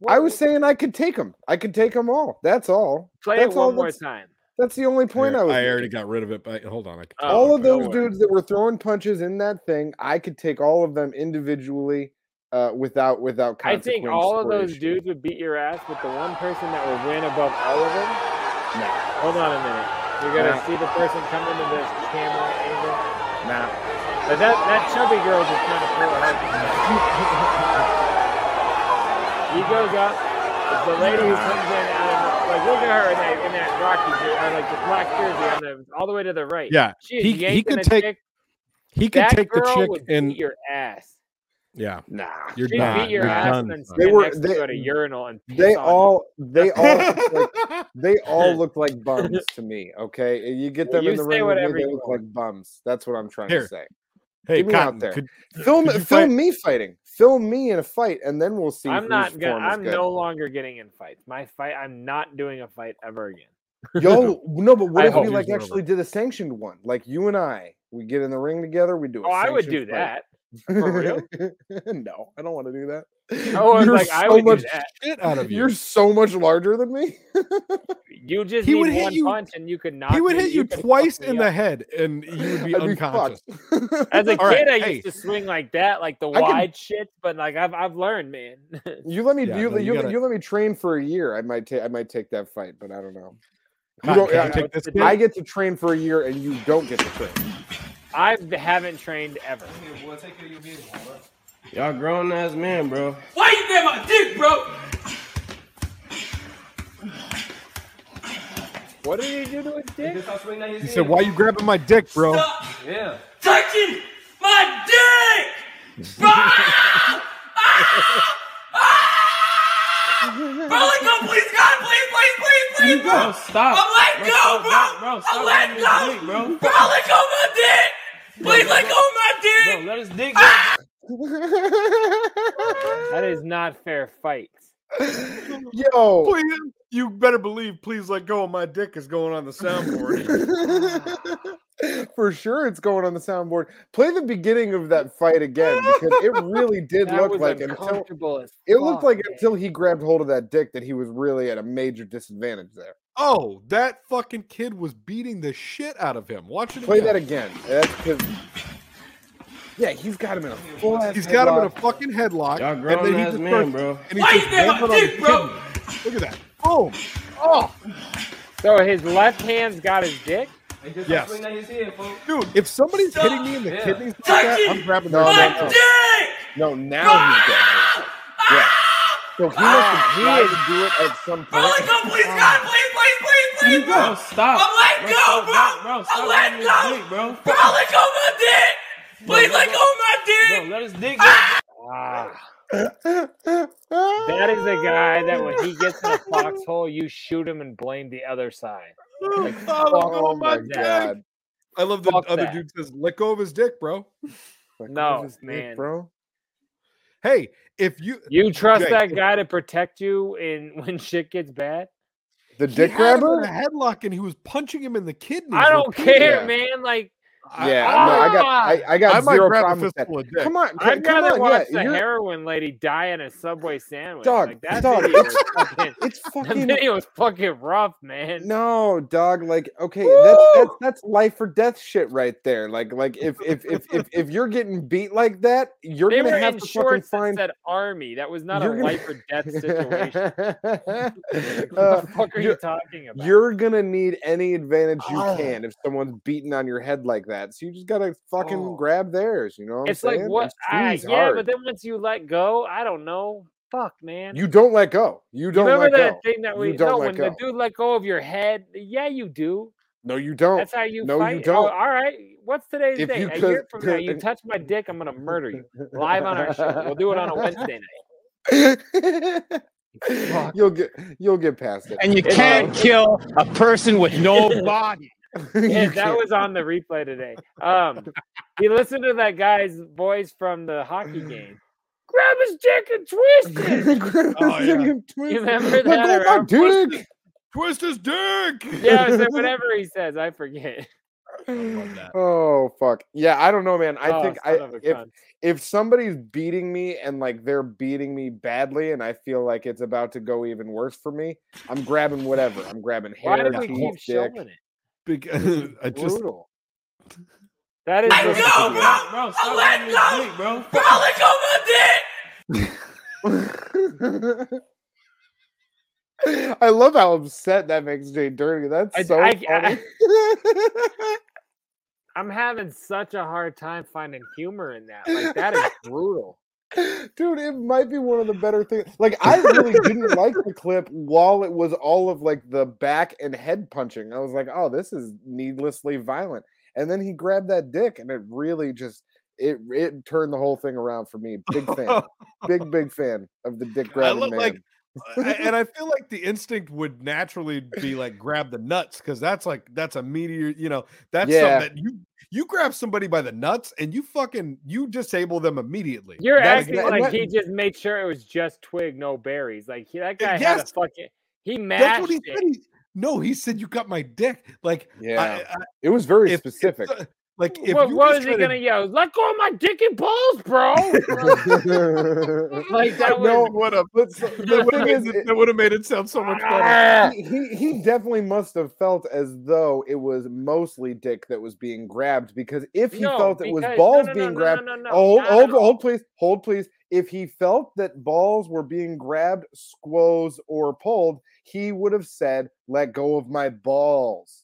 I
Well,
was saying I could take them. I could take them all. That's all.
play
that's
it one
all
more
that's-
time.
That's the only point I was.
I already
making.
got rid of it, but hold on. I can
Oh,
all of
no
those
worries.
dudes that were throwing punches in that thing. I could take all of them individually, uh, without without.
I think
consequence
all of
or
those
issue.
dudes would beat your ass, but the one person that would win above all of them. Hold on a minute. You're gonna
Nah.
see the person come into this camera angle.
Nah.
But that that chubby girl just kind of pulled her. he goes up. It's the lady who comes in out of the- like look at her in that in that Rocky jer- or like the black jersey on the all the way to the right.
Yeah,
She is
He- he
yanking
could
a
take-
chick.
he could
That
take the
girl
chick
would beat
and
your ass.
yeah,
Nah.
you're
She'd
done.
beat your
You're
ass
done.
and then
son.
They
stand
were-
next to
they-
you at a urinal and piss
They
on
all they all look like, they all look like bums to me. Okay, you get
Well,
them
you
in the
say
ring, with me,
whatever
they
you
look like bums. That's what I'm trying
Here.
to say.
Hey,
Get me out
Cotton,
there.
could-
Film
could you
film me fighting. Film me in a fight, and then we'll see.
you. I'm
whose
not gonna.
form is
I'm
good.
no longer getting in fights. My fight. I'm not doing a fight ever again.
Yo, no, but what
I
if we
hope.
like
Choose one
actually did a sanctioned one? Like you and I, we get in the ring together. We do. A
Oh, I would do
sanctioned fight.
that. For real?
no, I don't want to do that.
Oh, I was
You're
like, I
so
would
much
do that.
shit out of
You're
you.
so much larger than me.
You just
He
need
would hit
one
you-
punch and you could knock.
He would
me-
hit you
could fuck
twice
me
in
up.
the head, and you would be
I'd be
unconscious.
fucked.
As a kid,
All right,
I
hey.
used to swing like that, like the
can-
wide shit. But like I've I've learned, man.
you let me
Yeah,
you,
no,
let-
you
you, let-
gotta-
you let me train for a year. I might take I might take that fight, but I don't know. You
Cotton,
don't,
can
I,
you take this
I
kid?
get to train for a year, and you don't get to train.
I haven't trained ever.
Y'all grown ass men, bro.
Why you grab my dick, bro?
What did he do to his dick?
He said, "Why you grabbing my dick, bro?"
Yeah.
Touching my dick! Bro! Ah! Ah! Ah! Bro, let go, please, God, please, please, please, please, bro!
Bro, stop.
I'm letting
Bro,
go,
stop, bro,
bro!
bro,
I'm
stop
letting go!
grabbing his dick, bro.
Bro, let go of my dick! Please let go of my dick!
Bro, let us dig. Ah!
That is not fair fight.
Yo,
Please, you better believe. Please let go of my dick is going on the soundboard.
for sure, it's going on the soundboard. Play the beginning of that fight again because it really did
That
look
was
like until
uncomfortable as
It looked
fuck,
like
man.
until he grabbed hold of that dick that he was really at a major disadvantage there.
oh, that fucking kid was beating the shit out of him. Watch it.
Play that again. That's because. Yeah, he's got him in a full ass.
He's got him in a fucking headlock.
Y'all
and then he
grown-ass
just
men,
starts-
bro.
and he
Why
just
you grab my
jams it on
dick,
his
bro?
kidney. Look at that. Oh, oh,
So his left hand's got his dick.
Hey, just
Yes.
swing at his head, folks.
dude! If somebody's hitting me in the
Yeah.
kidneys like that, I'm grabbing their
No,
My
head.
no, no.
dick!
No, now he's got him. Yeah. So he must
he
have tried
is-
to do it at some
Oh
Bro, let
point.
go, please, God, please, please, please, please, bro.
Bro, stop.
I'm letting
Bro,
go,
stop.
bro.
Bro,
I'm
stop
letting
letting his
go.
dick, bro.
Bro, let go of my dick. Please
Bro,
let go of my
Bro,
dick.
let his dick go.
Ah, That is a guy that when he gets in a foxhole, you shoot him and blame the other side.
Oh my
dick.
god.
I love the
Fuck
other
that.
dude says, "Let go of his dick, bro."
Like,
No,
what is this,
man.
bro.
Hey, if you
You trust
Jake,
that
if-
guy to protect you in when shit gets bad?
The
he
dick
had him in
grabber?
a headlock and he was punching him in the kidneys.
I don't
repeatedly.
care,
yeah.
man. Like
Yeah, no, I got, I, I got
I might
zero
grab a
problem with that.
fistful of dick.
Come on, c-
I'd
come
rather
on,
watch
yeah,
the
you're-
heroin lady die in a subway sandwich.
Dog,
like, that
dog,
video
it's-
was fucking,
It's
that
fucking
video was fucking rough, man.
no, dog. Like, okay, that's, that's that's life or death shit right there. Like, like if if if if, if you're getting beat like that, you're
they were
gonna have
in
to fucking
shorts that
find.
said army. That was not
You're
a
gonna-
life or death situation. Like,
Uh,
what the fuck are you
you're-
talking about? Ah.
You're gonna need any advantage you can if someone's beating on your head like that. So you just gotta fucking
Oh.
grab theirs. You know what I'm
it's like
saying?
what?
And
I,
squeeze
yeah,
hard.
but then once you let go, I don't know. Fuck, man.
you don't let go. You don't
remember
let
that
go.
thing that
You
we
don't
no
let
when the
go.
dude let go of your head? Yeah, you do.
No, you don't.
That's how you
no, you
fight. Oh,
don't.
all right. What's today's
If
date?
you
A year
could-
from now, you touch my dick, I'm gonna murder you live on our show. We'll do it on a Wednesday night.
you'll get you'll get past it.
And you
It's
can't kill a person with no body.
Yeah,
You
that
can't-
was on the replay today. Um, he listened to that guy's voice from the hockey game. Grab his dick and twist it.
Oh, yeah.
You remember that?
Like, oh, my
around-
dick.
Twist his dick.
Yeah, I said whatever he says, I forget.
Oh fuck. Yeah, I don't know, man. I
Oh,
think
son
I
of a
if
cunt.
if somebody's beating me and like they're beating me badly and I feel like it's about to go even worse for me, I'm grabbing whatever. I'm grabbing
why
hair,
do we keep
teeth, dick.
showing it?
Because I just
Brutal.
That is
Let
just-
go, bro.
Bro,
I'm
stop
letting
letting
go.
his dick, bro.
Bro, let go of my dick.
I love how upset that makes Jay Dirty. That's
I-
so
I-
funny.
I'm having such a hard time finding humor in that. Like that is brutal.
Dude, it might be one of the better things. Like, I really didn't like the clip while it was all of like the back and head punching. I was like, oh, this is needlessly violent. And then he grabbed that dick, and it really just it it turned the whole thing around for me. Big fan, big big fan of the dick
I
grabbing
look
man.
like, I- and I feel like the instinct would naturally be like grab the nuts because that's like that's a meteor. You know, that's
Yeah.
something that you you grab somebody by the nuts and you fucking you disable them immediately.
You're
That's-
acting
that-
like
that-
he just made sure it was just twig, no berries. Like he, that guy had a
Yes.
fucking he mashed
That's what he
it.
said. He- no, he said you got my dick. Like, I-
yeah,
I-
it was very
if- if
specific.
so- like, if
what
you
what
just
is
try
he
to-
gonna yell? Let go of my dick and balls, bro. like that was
No,
would have.
but so- the thing is, it-
That would have made it sound so much better.
Ah!
he, he he definitely must have felt as though it was mostly dick that was being grabbed because if he
No,
felt it was
because- no,
balls
no, no,
being
no,
grabbed,
No, no, no,
oh, hold,
not at
hold,
all.
hold, please, hold, please. If he felt that balls were being grabbed, squoze, or pulled, he would have said, "Let go of my balls."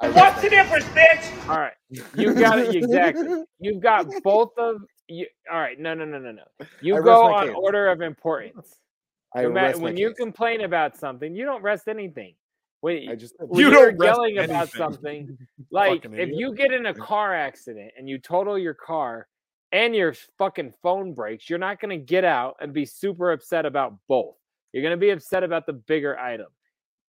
I
What's the
reckon.
difference, bitch?
All right, you got it exactly. You've got both of you. All right, no, no, no, no, no. You
I rest
go
my
on
case.
order of importance.
I
No matter-
rest my
when you
case.
complain about something, you don't rest anything. When,
I just
when
You
you're
don't rest
yelling about
anything.
something, like
Fucking
if
idiot.
you get in a car accident and you total your car and your fucking phone breaks, you're not going to get out and be super upset about both. You're going to be upset about the bigger item.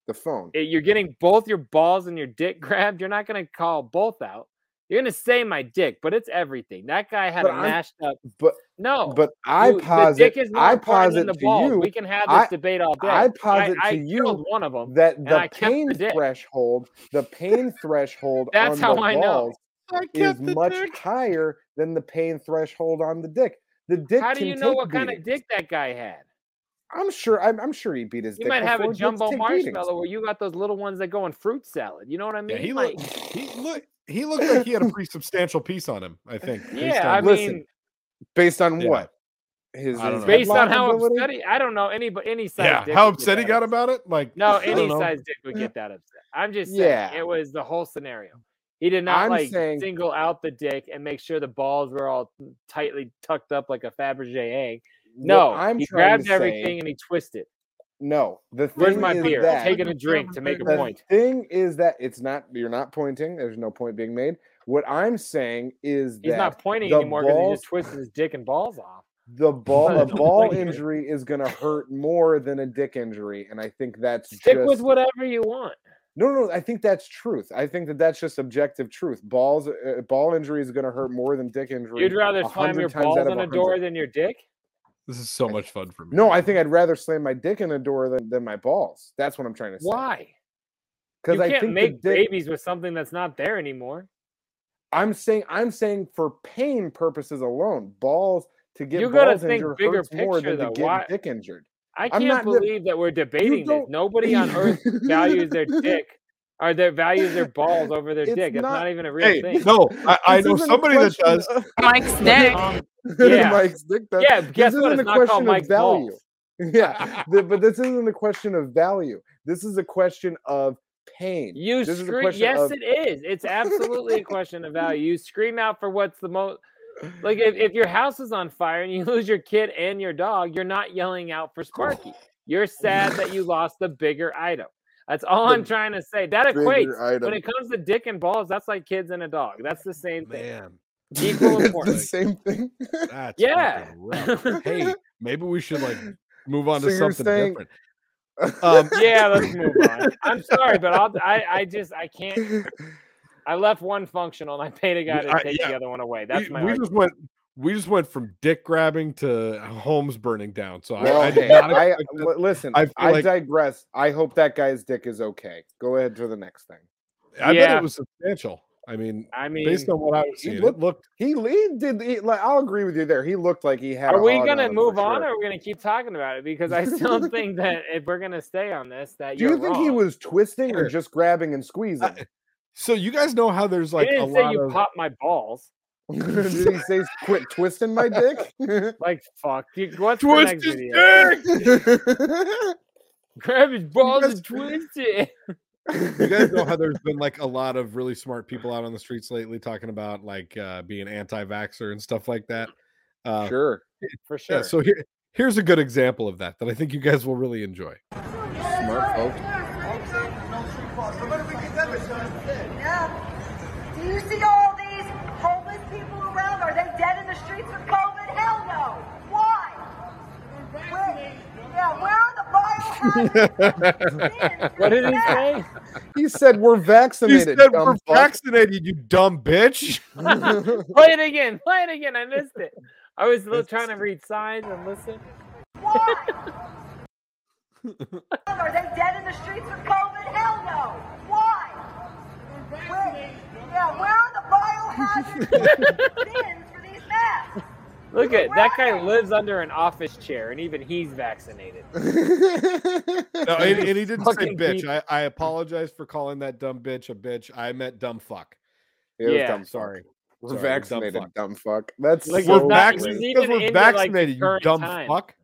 the phone.
If You're getting both your balls and your dick grabbed. You're not going to call both out. You're going to say my dick, but it's everything. That guy had
But
a
I'm-
mashed up.
but-
no,
But I
you- The
posit,
dick is more
I
important
posit
than the
to
balls.
you
we can have this
I-
debate all day.
I posit
I,
to
killed
you
one of them.
that
I
the
kept the
pain
dick.
threshold, the pain threshold
That's
on
how
the
I know.
balls
I
is
kept the
much
dick.
higher than the pain threshold on the dick. The dick.
How do
can
you know
take
what kind of
beating.
dick that guy had?
I'm sure. I'm, I'm sure he beat his.
You
dick
might have
before.
a
Let's
jumbo
take
marshmallow where you got those little ones that go in fruit salad. You know what I mean?
Yeah, he
like,
looked he looked he looked like he had a pretty substantial piece on him. I think. based
yeah, I
on-
mean,
Listen, Based on
Yeah.
what? His,
I don't
his
know.
based on
headlock
how
ability?
upset he, I don't know any but any size.
yeah,
dick
how
would get
upset he
that
got about it? Like
No,
I don't
any
know.
size dick would get that upset. I'm just saying
Yeah.
it was the whole scenario. He did not
I'm
like
saying-
single out the dick and make sure the balls were all tightly tucked up like a Fabergé egg.
What
No,
I'm
he
trying to
grabbed
say-
everything and he twisted.
No, the thing
Where's my
is
beer?
That,
I'm taking a drink to make a
the
point.
thing is that it's not. You're not pointing. There's no point being made. What I'm saying is
He's
that
not pointing
the
anymore because he
balls-
just twisted his dick and balls off.
the ball a
Don't
ball
point it.
injury is going to hurt more than a dick injury, and I think that's
Stick
just,
with whatever you want.
No, no, I think that's truth. I think that that's just objective truth. Balls, uh, ball injury is going to hurt more than dick injury.
You'd rather
a
slam
hundred
your
times
balls
out of
on a
100.
door than your dick?
This is so much fun for me.
No, I think I'd rather slam my dick in a door than, than my balls. That's what I'm trying to say.
Why? You
Because I
can't
think the
make
dick,
babies with something that's not there anymore.
I'm saying I'm saying for pain purposes alone, balls to get
You gotta
balls
think
injured
bigger
hurts more
picture,
than to
though.
get
Why-
dick injured.
I
I'm
can't
not the-
believe that we're debating this.
don't-
Nobody on earth values their dick or their values their balls over their
It's
dick. It's
not-
not even a real
Hey,
thing.
no, I, I
This
know
isn't a
somebody that
question
does.
of-
Mike's dick.
Yeah.
Mike's dick. That,
Yeah, but guess
this
what?
isn't
It's
a
not called
question of
Mike's
value.
balls.
Yeah, the- but this isn't a question of value. This is a question of pain.
You
this is a
scream.
question
Yes,
of
it is. It's absolutely a question of value. You scream out for what's the most. Like if, if your house is on fire and you lose your kid and your dog, you're not yelling out for Sparky. You're sad that you lost the bigger item. That's all
The
I'm trying to say. That
bigger
equates
item.
when it comes to dick and balls. That's like kids and a dog. That's the same thing.
Man,
Equal
it's the
importance.
same thing.
that's
Yeah.
fucking rough. Hey, maybe we should like move on
So
to
you're
something
saying-
different. Um,
yeah, let's move on. I'm sorry, but I'll, I I just I can't. I left one functional and I paid a guy to
I-
take
yeah.
the other one away. That's
we,
my.
we
argument.
just went we just went from dick grabbing to homes burning down. So
Well,
I, I
okay,
did not
I-
expect that.
li- listen,
I
I,
feel like-
digress. I hope that guy's dick is okay. Go ahead to the next thing.
I bet
yeah.
it was substantial. I mean,
I mean,
based on what I was
he
seeing, it
looked-
looked
He, he did. He, like, I'll agree with you there. He looked like he had.
are
a
we
hog
gonna
on him for
move on,
sure.
or are we gonna keep talking about it? Because I still think that if we're gonna stay on this, that
Do you
you're
think
wrong.
he was twisting or
Sure.
just grabbing and squeezing?
so. You guys know how there's like
he
a
didn't say
lot
you
of
popped my balls.
Did he say quit twisting my dick?
Like fuck. You, what's the
twist
next
his
video?
dick.
Grab his balls
guys-
and twist it.
You guys know how there's been like a lot of really smart people out on the streets lately talking about like uh, being anti-vaxxer and stuff like that. Uh,
sure.
For sure.
Yeah. So here, here's a good example of that that I think you guys will really enjoy.
Smart folk.
Yeah. Do you see all these homeless people around? Are they dead in the streets of COVID? Hell no. Why? Where, yeah, where are the biohazard bins?
what did he say?
He said we're
He
vaccinated.
said, "We're
dumb fuck."
vaccinated, you dumb bitch."
Play it again. Play it again. I missed it. I was li- trying to read signs and listen.
Why? are they dead in the streets of COVID? Hell no. Why? Where, yeah, where are the biohazard bins for these masks?
Look at that guy lives under an office chair, and even he's vaccinated.
No, and, and he didn't say
Fucking
bitch.
beat-
I, I apologize for calling that dumb bitch a bitch. I meant dumb fuck.
It was
Yeah,
dumb fuck.
Sorry.
We're
Sorry, dumb
vaccinated, dumb
fuck.
fuck. That's
Like,
so
it's
we're
not-
vaccinated
he's
because
even
we're
into, like, the
vaccinated, you
current
dumb
time.
fuck.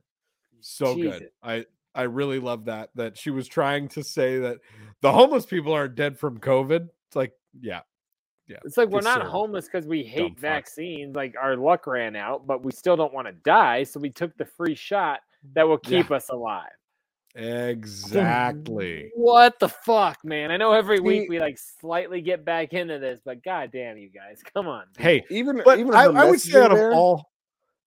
So good.
Jesus.
I I really love that that she was trying to say that the homeless people aren't dead from COVID. It's like, yeah,
It's like we're
Yes,
not
sir.
homeless because we
Dumb
hate
fuck.
vaccines. Like our luck ran out, but we still don't want to die, so we took the free shot that will
Yeah.
keep us alive.
exactly.
What the fuck, man? I know every
See-
week we like slightly get back into this, but goddamn, you guys, come on.
Hey,
even.
but
even
I,
her
I would say
messaging
out
there-
of all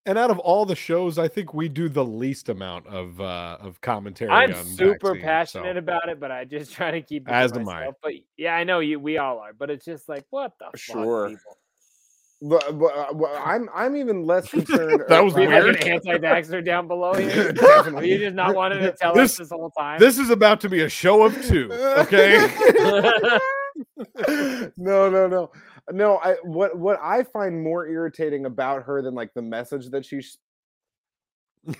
and out of all the shows, I think we do the least amount of uh of commentary.
I'm
on
super
vaccines, so-
passionate about it, but I just try to keep it to
As am I.
myself. But yeah, I know you. We all are, but it's just like what the
Sure.
fuck. People?
But, but, uh, well, I'm I'm even less concerned.
That was
Be
about-
like an anti-vaxxer down below here. Have you just not wanted to tell
This-
us this whole time?
This is about to be a show of two. Okay.
no, no, no, no. I what what I find more irritating about her than like the message that she s-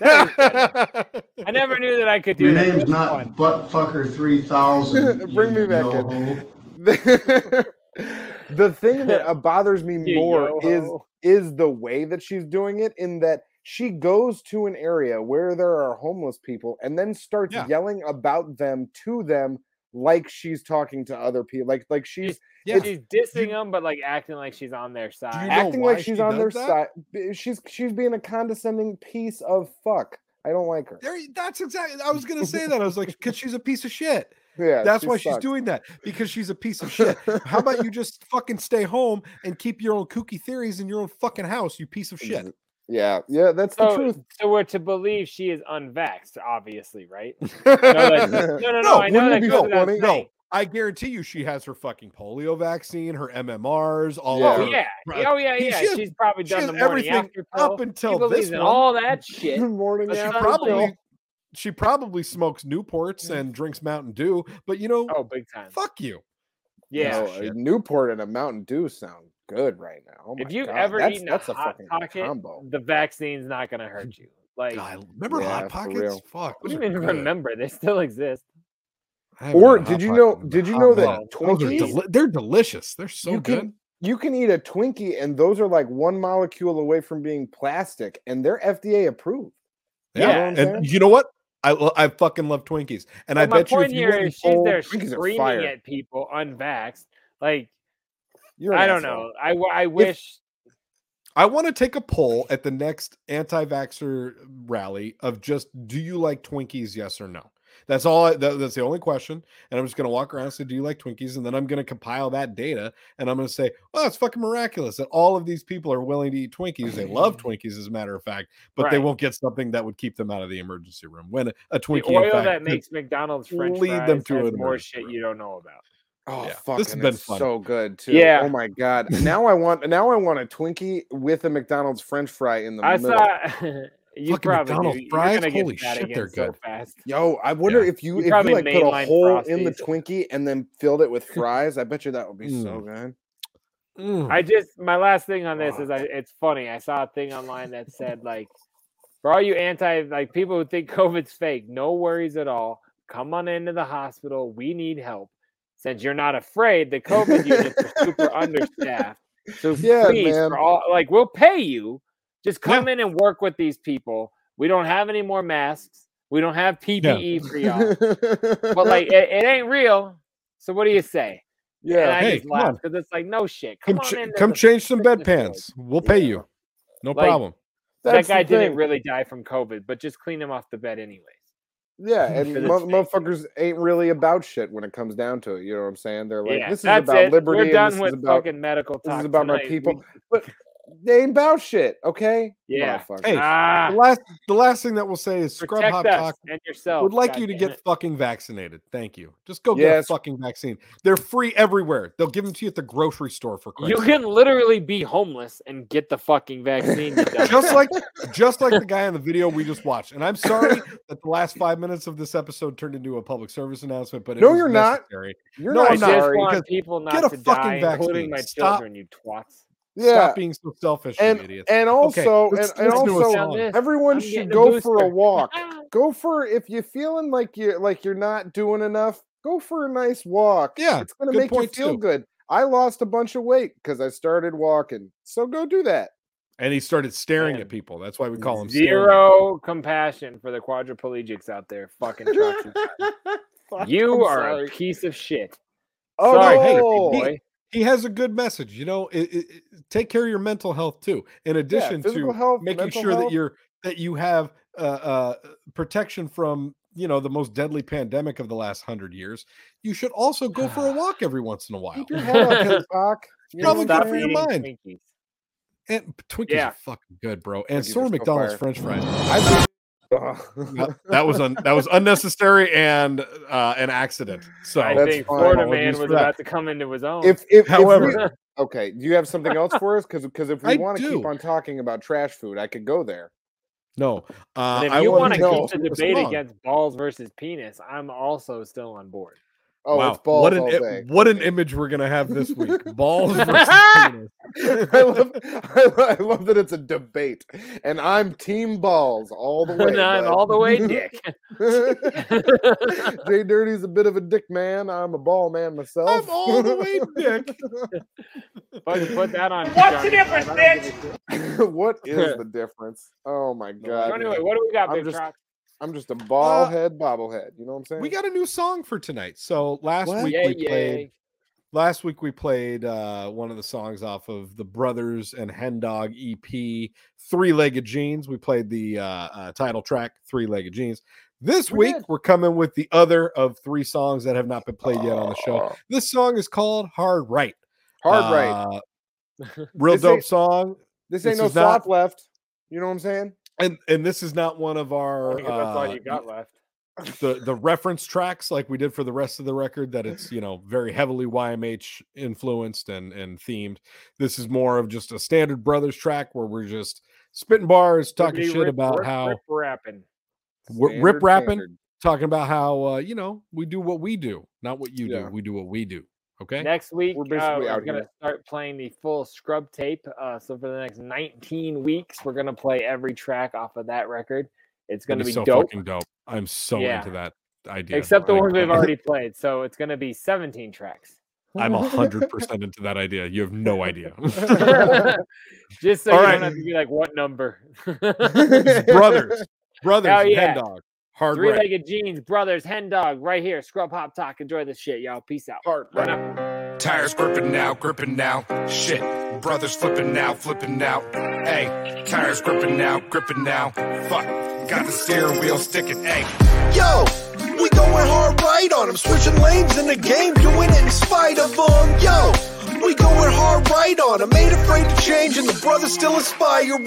I never knew that I could do
Your
that.
name's
That's
not
fun.
Buttfucker three thousand.
Bring me back in. the thing that uh, bothers me
You
more is
yo-ho.
is the way that she's doing it in that she goes to an area where there are homeless people and then starts yelling about them to them like she's talking to other people like like she's it's-
She's dissing them, but like acting like she's on their side.
acting like she's on their side B- she's she's being a condescending piece of fuck i don't like her
There, that's exactly. I was gonna say that. I was like, because she's a piece of shit.
Yeah,
that's
she
why she's
sucks.
doing that because she's a piece of shit. How about you just fucking stay home and keep your own kooky theories in your own fucking house, you piece of shit?
yeah yeah that's the
So-
truth
So we're to believe she is unvaxxed, obviously, right? No, that's- no, no, no, I know that
wouldn't it be
goes without
funny?
saying.
No, I guarantee you, she has her fucking polio vaccine, her MMRs, all.
Oh
Of her,
yeah, oh yeah, yeah.
she has-
she's probably
she
done
has
the morning
everything
after
up
pill.
until
she believes
this
in
one.
all that shit.
morning
But she
she
doesn't
probably
know.
she probably smokes Newports and drinks Mountain Dew, but you know,
Mm-hmm. oh, big time.
Fuck you.
Yeah.
No, Oh, a Newport and a Mountain Dew sound good right now. Oh
if
my
you've
God,
ever
that's,
eaten
that's
a, hot
fucking
pocket,
combo.
the vaccine's not gonna hurt you. Like,
remember
Hot Yeah, for Pockets? real.
Fuck,
I
those
don't
are
even
good.
remember they still exist.
Or did you know? Did you know that
Those are
Twinkies?
deli- they're delicious. They're so
you
good.
can you can eat a Twinkie, and those are like one molecule away from being plastic, and they're FDA approved. You know what I'm saying?
and you know what? I lo- I fucking love Twinkies, and I
But my
bet you
point
if you
here
went and
is she's
polled-
there
Twinkies are
screaming
fire.
at people unvaxxed. Like,
You're an
I don't
asshole.
know. I, w- I wish
I want to take a poll at the next anti-vaxxer uh, rally of just do you like Twinkies? Yes or no. That's all. I, that, that's the only question. And I'm just going to walk around and say, do you like Twinkies? And then I'm going to compile that data and I'm going to say, well, that's fucking miraculous that all of these people are willing to eat Twinkies. They love Twinkies, as a matter of fact, but they
Right.
won't get something that would keep them out of the emergency room when a, a Twinkie
the
in
oil
fact,
that
could-
makes McDonald's French
lead them
fries them
to
has
an
more
emergency
shit you don't know about.
Oh
Yeah,
fuck!
this has
and
been
it's
fun.
so good too.
Yeah.
Oh my god! Now I want now I want a Twinkie with a McDonald's French fry in the
I
middle.
saw you
Fucking
probably
McDonald's
do.
fries?
You're gonna get
Holy
that
shit,
again
they're
so
good.
fast.
Yo, I wonder if you,
You
if you
probably
like put a
mainline
hole in the
Frosties.
Twinkie and then filled it with fries. I bet you that would be so
Mm.
good.
mm,
I just my last thing on this is I, it's funny. I saw a thing online that said like, for all you anti like people who think COVID's fake, no worries at all. Come on into the hospital. We need help. Since you're not afraid, the COVID units are super understaffed. So
Yeah,
please,
man.
for all like we'll pay you. Just come in and work with these people. We don't have any more masks. We don't have PPE for y'all. but like it, it ain't real. So what do you say?
Yeah.
and I
Hey,
just
come on.
laughed because it's like no shit. Come
come,
on
ch-
in.
come change some bedpans. We'll pay you. No
Like,
problem.
That's
that
the
guy didn't
thing.
really die from COVID, but just clean him off the bed anyways.
Yeah,
For
and
the
mo- motherfuckers ain't really about shit when it comes down to it. You know what I'm saying? They're like,
yeah,
this is
that's
about
it.
liberty.
We're
and
done
this
with
is about,
fucking medical talk.
This is about
tonight.
my
We-
people. But they ain't about shit. Okay.
Yeah.
Motherfucker.
Hey,
Ah.
the last the last thing that we'll say is Scrub
protect
Hop
us
Talk
and yourself.
Oh,
would like
God
you to
damn
get
it.
fucking vaccinated. Thank you. Just go get a
Yes.
fucking vaccine. They're free everywhere. They'll give them to you at the grocery store for Christ's
You
sake.
can literally be homeless and get the fucking vaccine. you dumb
just
fuck.
like just like the guy in the video we just watched. And I'm sorry that the last five minutes of this episode turned into a public service announcement, but it
No,
was
you're not.
necessary.
You're
no,
not
I'm
I just
sorry, because
want people not
get a
to
fucking
die,
vaccine.
including my
Stop,
children. You twats.
Yeah.
stop being so selfish,
and
you idiots.
and
Okay,
also
let's
and, and
listen to a
also
song.
everyone
I'm
should
getting a
go for a
booster.
walk. go for if you're feeling like you're like you're not doing enough. Go for a nice walk.
Yeah,
it's gonna
good
make you
point,
feel
too.
good. I lost a bunch of weight because I started walking. So go do that.
and he started staring at people. That's why we call him staring.
Zero compassion for the quadriplegics out there. Fucking trucks. you
I'm
are
sorry.
a piece of shit.
Oh,
sorry,
no.
Peter,
He-
boy.
He has a good message, you know. It, it, it- take care of your mental health too. In addition to
physical health,
making
mental
sure that
health.
you're that you have uh, uh, protection from you know the most deadly pandemic of the last hundred years, you should also go for a walk every once in a while.
Keep your head up,
Because-
Spock. You know
probably
what I'm
good for your
saying?
mind.
Twinkies.
And Twinkies
Yeah.
are fucking good, bro. And
Twinkies
so
are
are
so
McDonald's
fire.
French fries.
I
Uh, that was un- that was unnecessary and uh, an accident. So
I
That's
think
fine.
Florida
Apologies
man
for
was
that.
about to come into his own.
if if
However-
if we- okay, do you have something else for us? Because because if we
I
want to keep
do.
on talking about trash food, I could go there.
No, uh,
And if
I
you
want
want to
know-
keep the debate
Song.
against balls versus penis, I'm also still on board.
Oh,
Wow,
it's balls
what an
e,
all
i-
day.
what an image we're gonna have this week. Balls versus
I love, I lo- I love that it's a debate, and I'm team balls all the way.
And I'm
bud.
all the way dick.
Jay Dirty's a bit of a dick man. I'm a ball man myself.
I'm all the way dick.
Fucking put that on.
What's
Johnny
the difference,
Depp. I don't
bitch?
give a shit.
what is the difference? Oh my god!
So anyway,
man.
what do we got,
I'm
Big
just,
Croc?
I'm just a ball head bobblehead. You know what I'm saying?
Uh, we got a new song for tonight. So last
What?
week
Yay,
we played
yay.
last week we played uh one of the songs off of the brothers and E hendog ep three-legged jeans we played the uh, uh title track three-legged jeans this
We
week
did.
we're coming with the other of three songs that have not been played yet on the show this song is called hard right
hard right.
Uh, real
This
dope
ain't-
song
This ain't
this
no
is not-
flop left. You know what I'm saying?
and and this is not one of our
That's all
uh,
you got left.
the the reference tracks like we did for the rest of the record that it's you know very heavily YMH influenced and and themed. This is more of just a standard brothers track where we're just spitting bars, talking
Be
shit
rip-
about
rip-
how
rip rapping.
we're rip
Standard,
rapping,
standard.
talking about how uh, you know we do what we do, not what you
Yeah.
do. We do what we do. Okay.
Next week,
We're
we're
basically
uh,
out
we're going to
here.
start playing the full scrub tape. Uh, so for the next 19 weeks, we're going to play every track off of that record. It's going to
That
be
is so
dope,
fucking dope. I'm so
Yeah.
into that idea.
except the
I-
ones we've
I'm-
already played. So it's going to be 17 tracks.
I'm hundred percent into that idea. You have no idea.
Just so
All
you
right.
don't have to be like, what number?
It's brothers, brothers,
Hell
and
yeah.
Hendog. Hard
Three
right.
legged jeans, brothers, hen dog, right here. Scrub hop talk. Enjoy this shit, y'all. Peace out.
Oh.
Hard
Run
right.
up.
Tires gripping now, gripping now. Shit. Brothers flipping now, flipping out. Hey, tires gripping now, gripping now. Fuck. Got the steering wheel sticking. Hey.
Yo, we going hard right on 'em, switching lanes in the game, doing it in spite of 'em. Yo, we going hard right on 'em, ain't afraid to change, and the brothers still inspire 'em. Yo,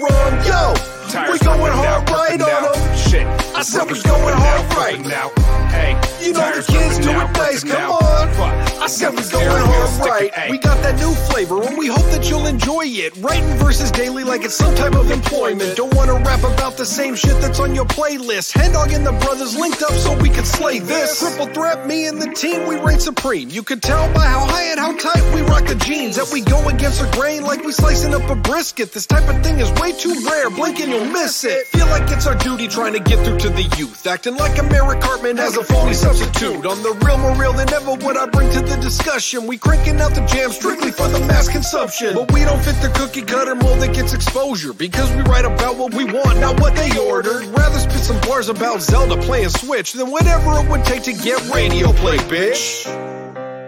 we
Tires
going
ripping
hard
now,
right
ripping
on 'em.
now. Shit.
I said we
Brothers
going
flipping
hard
now,
right.
flipping Now. Hey.
You know the
tires
kids
ripping
do
now,
it nice,
ripping
come
now.
on.
Fuck.
I said
Got
we
the
going
steering wheel
hard
sticking. Hey.
right. We got that new flavor, and we hope that you'll enjoy it. Writing versus daily like it's some type of employment. Don't want to rap about the same shit that's on your playlist. Hendog and the brothers linked up so we could slay this. Triple threat, me and the team, we reign supreme. You could tell by how high and how tight we rock the jeans that we go against the grain like we slicing up a brisket. This type of thing is way too rare. Blink and you'll miss it. Feel like it's our duty trying to get through to the youth. Acting like a Merrick Cartman has a phony substitute. On the real more real than ever what I bring to the discussion. We cranking out the jam strictly for the mass consumption. But we don't fit the cookie cutter mold that gets exposure. Because we write about what we want, not what they ordered. Rather spit some bars about Zelda playing Switch than whatever it would take to get radio play, bitch.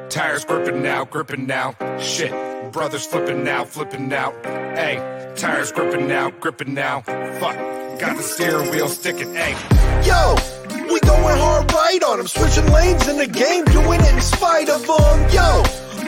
Tires gripping now, gripping now. Shit. Brothers flipping now, flipping out. Hey, tires gripping now, gripping now. Fuck. Got the steering wheel sticking. Hey.
Yo, we going hard right on 'em, switching lanes in the game, doing it in spite of 'em. Yo,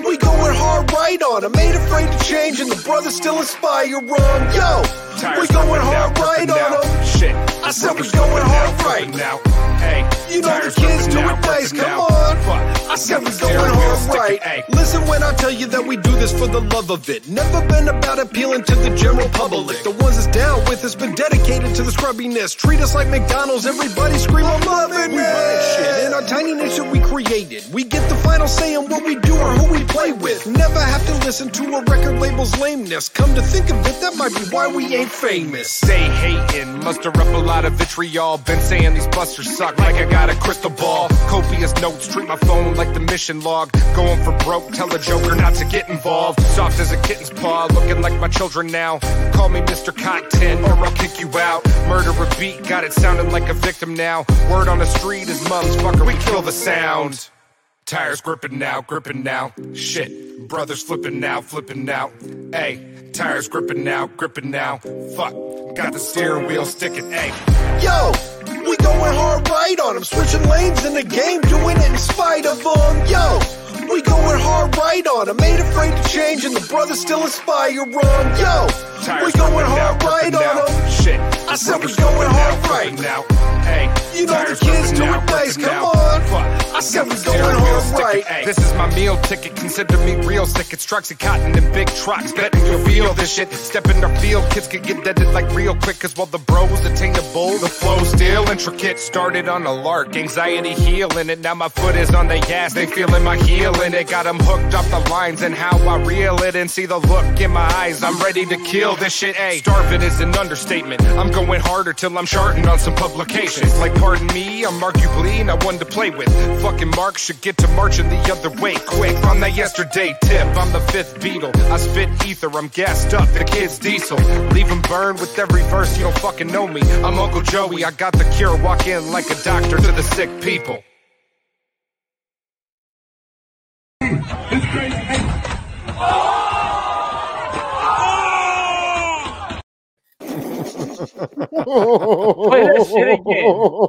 we going hard right on 'em, ain't afraid to change, and the brothers still inspire 'em. Yo, we going
Tires flipping
hard
now,
right
flipping
on 'em.
now. Shit.
I said we
Brothers
going
flipping
hard right.
now, flipping Now. Hey.
You know the
tires
kids
flipping
do
now,
it nice,
flipping
come
now.
on.
Fuck.
I said we
Got the
going
steering wheel
hard
sticking.
right.
Hey.
Listen when I tell you that we do this for the love of it. Never been about appealing to the general public. The ones that's down with us been dedicated to the scrubbiness. Treat us like McDonald's, everybody scream, I'm loving We run it shit in our tiny nation we created. We get the final say on what we do or who we play with. Never have to listen to a record label's lameness. Come to think of it, that might be why we ain't famous.
Stay hating, muster up a lot of vitriol. Been saying these busters suck like I got a crystal ball. Copious notes, treat my phone like the mission log. Going for broke, tell the Joker not to get involved. Soft as a kitten's paw, looking like my children now. Call me Mr. Cotton or I'll kick you out. Murder a beat, got it sounding like a victim now. Word on the street is mums, fucker, we kill the sound. Tires gripping now, gripping now. Shit. Brothers flipping now, flipping out. Hey, tires gripping now, gripping now. Fuck. Got the steering wheel sticking. Hey.
Yo, we going hard right on 'em, switching lanes in the game, doing it in spite of 'em. Yo, we going hard right on 'em, ain't afraid to change, and the brothers still inspire 'em. Yo, we
Tires
going
gripping
hard
now,
right
gripping
on 'em.
now. Shit.
I said we
Brothers
going
flipping
hard
now,
right.
flipping Now. Hey.
You know the
tires
kids
flipping
do
now,
it nice,
flipping
come
now.
on.
Fuck.
I said we
Steering
going
wheel
hard
sticking.
right.
Hey.
This is my meal ticket. Consider me real sick. It's trucks and cotton and big trucks. Betting you'll feel this shit. Step in the field, kids can get deaded like real quick. Cause while the bros attainable, the flow still intricate. Started on a lark, anxiety healing it. Now my foot is on the gas. They feeling my healing it. Got 'em hooked off the lines and how I reel it and see the look in my eyes. I'm ready to kill this shit. Ay, starving is an understatement. I'm going harder till I'm charting on some publications. Like, pardon me, I'm arguably not one to play with. Fucking Mark should get to marching the other way quick. On that yesterday tip, I'm the fifth Beatle. I spit ether, I'm gassed up, the kid's diesel. Leave 'em burn with every verse, you don't fucking know me. I'm Uncle Joey, I got the cure. Walk in like a doctor to the sick people.
Play that shit again.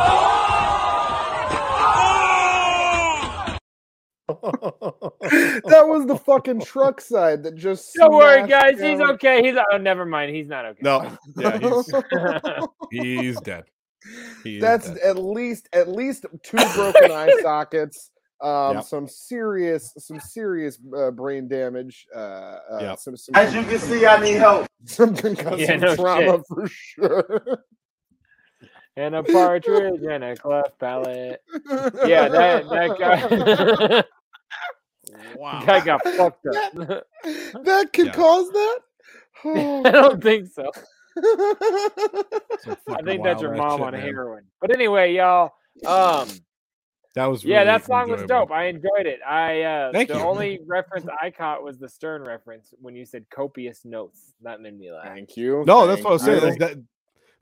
All right.
that was the fucking truck side that just.
Don't worry,
smashed
guys. He's
down.
okay. He's oh, never mind. He's not okay.
No, yeah, he's, he's dead. He is
That's
dead.
at least at least two broken eye sockets. Um,
Yep.
some serious, some serious uh, brain damage. Uh, uh
Yep.
some, some,
As you can see, I need help.
Some concussive
Yeah, no
trauma
shit.
for sure.
And a partridge and a cleft palate. Yeah, that that guy.
Wow.
guy got fucked up.
that could
Yeah.
cause that. Oh.
I don't think so.
It's a
I
fucking
think that's your mom
wild-ass shit,
on
man.
heroin. But anyway, y'all. Um,
That was
yeah, that
really
song was
enjoyable.
dope. I enjoyed it. I uh,
Thank
the
you.
only reference I caught was the Stern reference when you said copious notes. That made me laugh.
Thank you.
No, that's what I was
thank
saying.
you.
That's- that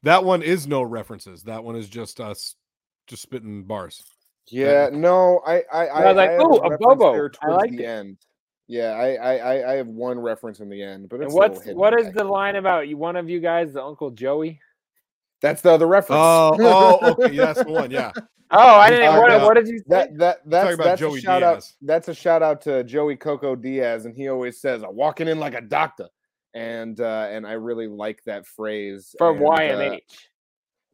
that one is no references. That one is just us just spitting bars.
Yeah, no, I I
I was like,
have
"Ooh, a
reference
Bobo."
there
I
towards
liked
the
it.
end. Yeah, I I I- I have one reference in the end, but
And
it's
what's
still hidden,
what is
I-
the line about you? One of you guys, the Uncle Joey.
That's the other reference.
Oh, oh, okay, yeah, that's the one. Yeah,
Oh, I didn't.
Uh,
what,
yeah.
what did you say?
That that that's,
about
that's
Joey
a shout out.
Diaz.
That's a shout out to Joey Coco Diaz, and he always says, "I'm walking in like a doctor," and uh, and I really like that phrase
From
and, uh,
YMH.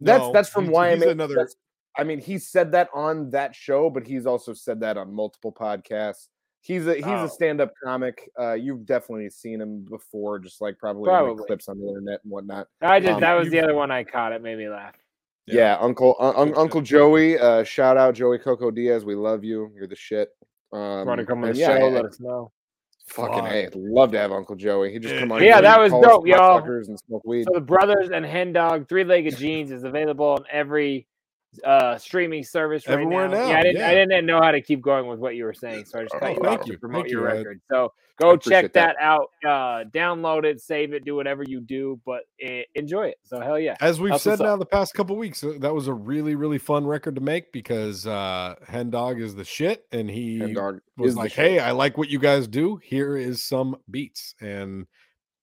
that's
No,
that's from
he's- he's
YMH.
another-
that's- I mean, he said that on that show, but he's also said that on multiple podcasts. He's a he's
Oh.
a stand-up comic. Uh, you've definitly seen him before, just like probably, in,
Probably.
like clips on the internet and whatnot.
I just
um,
that was
you-
the other one I caught. It made me laugh.
Yeah.
Yeah, Uncle un- un-
Good
Uncle Joey. Uh, shout out Joey Coco Diaz. We love you. You're the shit. Um,
Want to come on
and
the
yeah,
show?
I-
Let us know.
Fucking
Fuck.
hey, love to have Uncle Joey. He just come on.
Yeah,
here
that
and
was
call us
dope, y'all.
motherfuckers And smoke weed.
So the brothers and hen dog three-legged jeans is available on every uh streaming service right
Everywhere
now.
now,
Yeah, I didn't I
yeah.
didn't know how to keep going with what you were saying, so I just
Oh,
cut you
thank
off
you,
to promote
thank
your
you, I-
record. So go check
appreciate that.
that out. Uh download it, save it, do whatever you do, but eh, enjoy it. So hell yeah.
As we've
That's
said
what's up.
now the past couple weeks, uh, that was a really really fun record to make because uh Hen Dog is the shit, and he
Hen Dog is
was
the
like,
shit.
"Hey, I like what you guys do. Here is some beats and make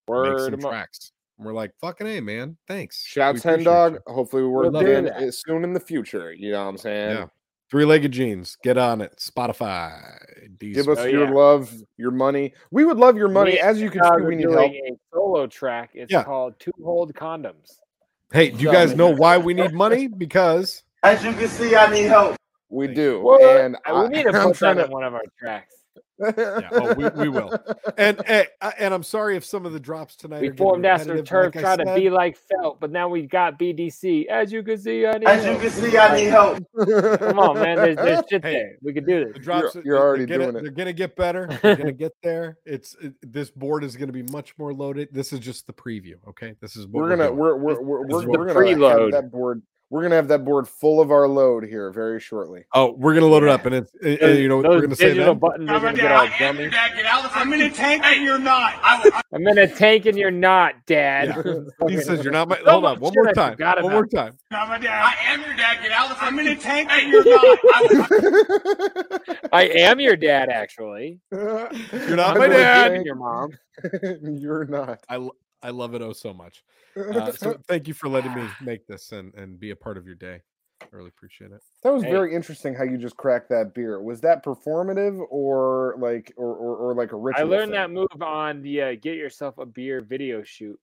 Word
some
'em up.
tracks." And we're like, "Fucking hey, man, thanks." We
Shouts Hen
appreciate
Dog.
you.
Hopefully we work
We'll do
in
that.
it soon in the future. You know what I'm saying?
Yeah. Three legged jeans. Get on it. Spotify.
Give
Deezer.
us
Oh,
your
yeah.
love, your money. We would love your money.
Me
As you can
Uh,
see,
we're
we need
doing
help.
a solo track. It's
Yeah.
called Two Hold Condoms.
Hey, do you
No,
guys
man.
know why we need money? Because
As you can see, I need help.
We
Thank
do. And
I, we need to
I'm
put
trying
that on one of our tracks.
Yeah, oh, we- we will. and eh, I- and I'm sorry if some of the drops tonight.
We
are getting
formed Astro
repetitive,
Turf,
like I
trying to be
said.
like Felt, but now we got BDC. As you can see, I need.
As you
help.
can see, I need help.
Come on, man. There's, there's shit
Hey.
there. We could do
The
this.
You're-
drops. are-
you're
they're
already
gonna-
doing it.
They're gonna get better. They're gonna get there. It's it, this board is gonna be much more loaded. This is just the preview. Okay, this is what
we're gonna
doing.
we're we're we're,
this
we're,
is what
we're
we're
gonna
doing.
have that board. We're gonna have that board full of our load here very shortly.
oh we're gonna load it up, and it's it,
Those-
you know what
those
we're gonna say
digital
then.
buttons are
I'm
gonna
gonna
get all gummy.
I'm in a tank and you're not. I,
I'm in a tank and you're not, Dad.
Yeah. He
Fucking-
says you're not my.
So
Hold
much
on, one
shit I
more time.
forgot
One more time.
I, am your dad. Get out of the. I'm in a tank and you're not.
I
I,
am your dad, actually.
You're
I'm
not my
gonna
dad.
Your mom.
thank- You're not.
I lo- I love it oh so much. Uh, so thank you for letting me make this and and be a part of your day. I really appreciate it.
that was
Hey.
very interesting how you just cracked that beer. Was that performative or like or or, or like a
I
ritual?
learned that
thing?
move on the uh, get yourself a beer video shoot.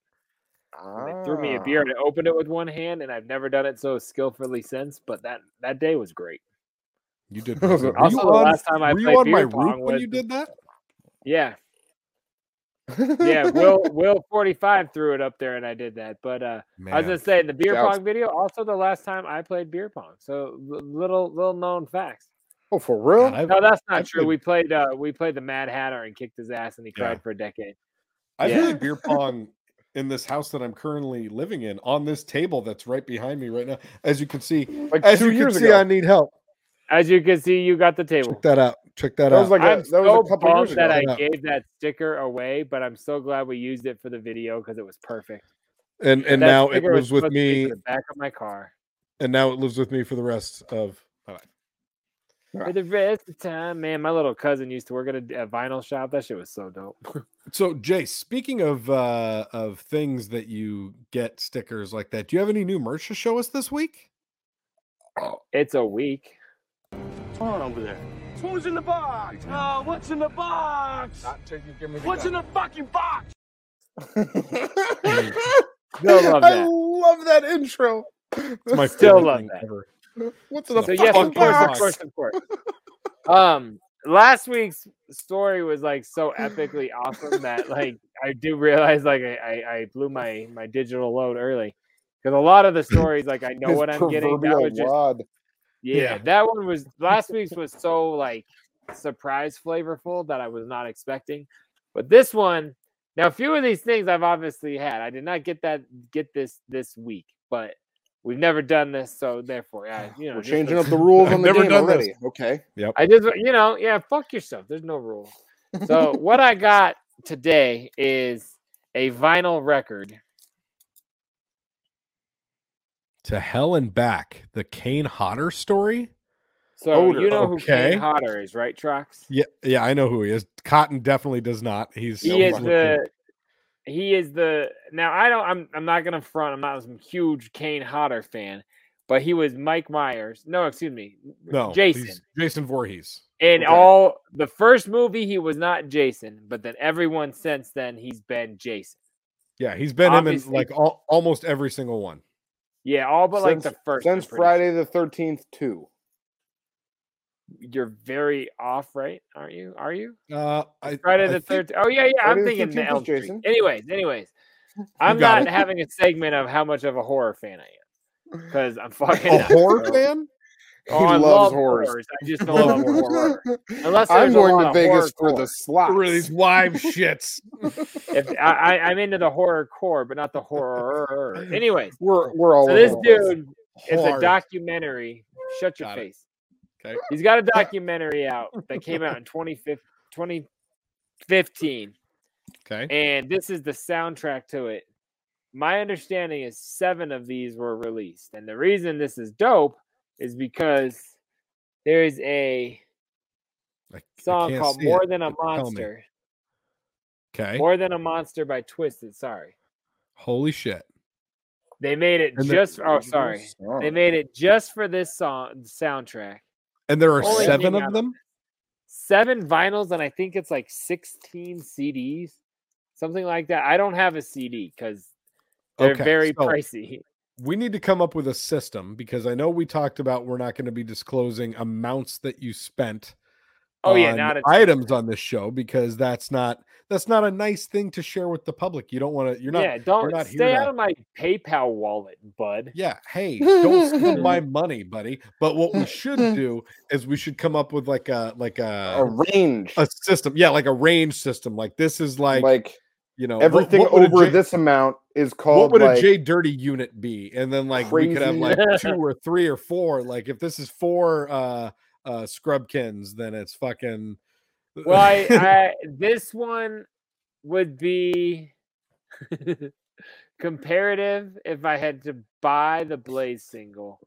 and They threw me a
Ah.
beer and I opened it with one hand, and I've never done it so skillfully since. But that that day was great.
You did.
Also-
were you
also the
on-
last time I
were you
played
on my
beer pong
roof when
was-
you did that?
Yeah. yeah, Will Will forty five threw it up there, and I did that. But uh, I
Man.
was gonna say the beer
That was-
pong video. Also, the last time I played beer pong. So l- little little known facts.
Oh, for real?
no, that's not
I
true.
played-
We played uh, we played the Mad Hatter and kicked his ass, and he cried
Yeah.
for a decade.
I
Yeah.
played beer pong in this house that I'm currently living in on this table that's right behind me right now. As you can see,
Like
as
two
you can
years
see,
ago.
I need help.
As you can see, you got the table.
Check that out. Check that,
That
out.
was like a-
I'm
that was a
so
couple years
bummed that
ago.
I
Yeah.
gave that sticker away, but I'm so glad we used it for the video because it was perfect.
and and
That
now it
sticker was
lives with
supposed to be
me,
for the back of my car.
and now it lives with me for the rest of my life.
For the rest of the time, man, my little cousin used to work at a, a vinyl shop. That shit was so dope.
So, Jay, speaking of uh of things that you get stickers like that, do you have any new merch to show us this week?
It's a week.
What's going on over there? Who's in the box? Oh, what's in the box? what's in the fucking box?
Still love
I
that.
love that intro.
It's my
Still
favorite
love
thing
that.
ever.
What's
So
the
yes, of
fucking
course, of
box?
course, of course. Um, last week's story was like so epically awesome that like I do realize like I I, I blew my my digital load early because a lot of the stories like I know
His
what I'm getting. That
proverbial
was just
wad.
yeah, that one was last week's was so like surprise flavorful that I was not expecting. But this one, now a few of these things I've obviously had. I did not get that get this this week, but we've never done this, so therefore, I, you know,
We're
just
changing
for-
up the rules on the
never
game
done this.
already. Okay.
Yep.
I just, you know, yeah, fuck yourself. There's no rule. So what I got today is a vinyl record.
to hell and back. The Kane Hodder story.
So
Odor,
you know who
okay.
Kane Hodder is, right, Trox?
Yeah, yeah, I know who he is. Cotton definitely does not. He's
he
he's
is
looking-
the he is the now I don't I'm I'm not gonna front I'm not some huge Kane Hodder fan, but he was Mike Myers. No, excuse me,
no
Jason.
he's Jason Voorhees.
In
okay.
all the first movie, he was not Jason, but then everyone since then he's been Jason.
Yeah, he's been him in
Obviously-
like all, almost every single one.
Yeah, all but
since
like the first. I'm
since
pretty sure.
Friday the thirteenth too.
you're very off, right? Aren't you? Are you?
Uh, I,
Friday
I
the
think-
thirteenth. Oh yeah, yeah. I'm
Friday the
thinking the
13th is
Elm Street.
Jason.
Anyways, anyways, I'm
got
not
it.
having a segment of how much of a horror fan I am because I'm
Oh,
fucking
A
not,
horror
so-
fan?
Oh, I love horrors. I just don't love horror. Unless
I'm
there's a
going
lot
to
of
Vegas
horror
for
core.
the slots.
live shits.
If I, I, I'm into the horror core, but not the horror. Anyways,
We're we're all
so this
over the place.
dude is a
Hard.
documentary. Shut your
Got it.
face.
Okay.
He's got a documentary out that came out in 2015, 2015
Okay.
and this is the soundtrack to it. My understanding is seven of these were released, and the reason this is dope is because there is a
I- I
song
can't
called
see
"More
it.
Than a
Tell me.
Monster,"
Okay.
"More Than a Monster" by Twisted. Sorry,
Holy shit.
they made it
And the-
just. oh, sorry,
Song.
they made it just for this song soundtrack.
And there are
Only
seven
thing out
of
of
them?
seven vinyls and I think it's like 16 CDs, something like that. I don't have a CD because they're
Okay,
very
so-
pricey.
We need to come up with a system because I know we talked about we're not going to be disclosing amounts that you spent
Oh, yeah,
on
not a-
items on this show because that's not that's not a nice thing to share with the public. You don't want to you're not
yeah, don't
not here
stay
to-
out of my PayPal wallet, bud.
Yeah, hey, don't steal my money, buddy. But what we should do is we should come up with like a like
a
a
range
a system. Yeah, like a range system. Like this is like,
like,
you know what-
everything
what would a
over
J-
this amount is
What
called
would
like
a J Dirty unit be? And then like we could have like
crazy-
two or three or four. Like if this is four uh uh scrubkins, then it's fucking
Well, I, I this one would be comparative if I had to buy the Blaze single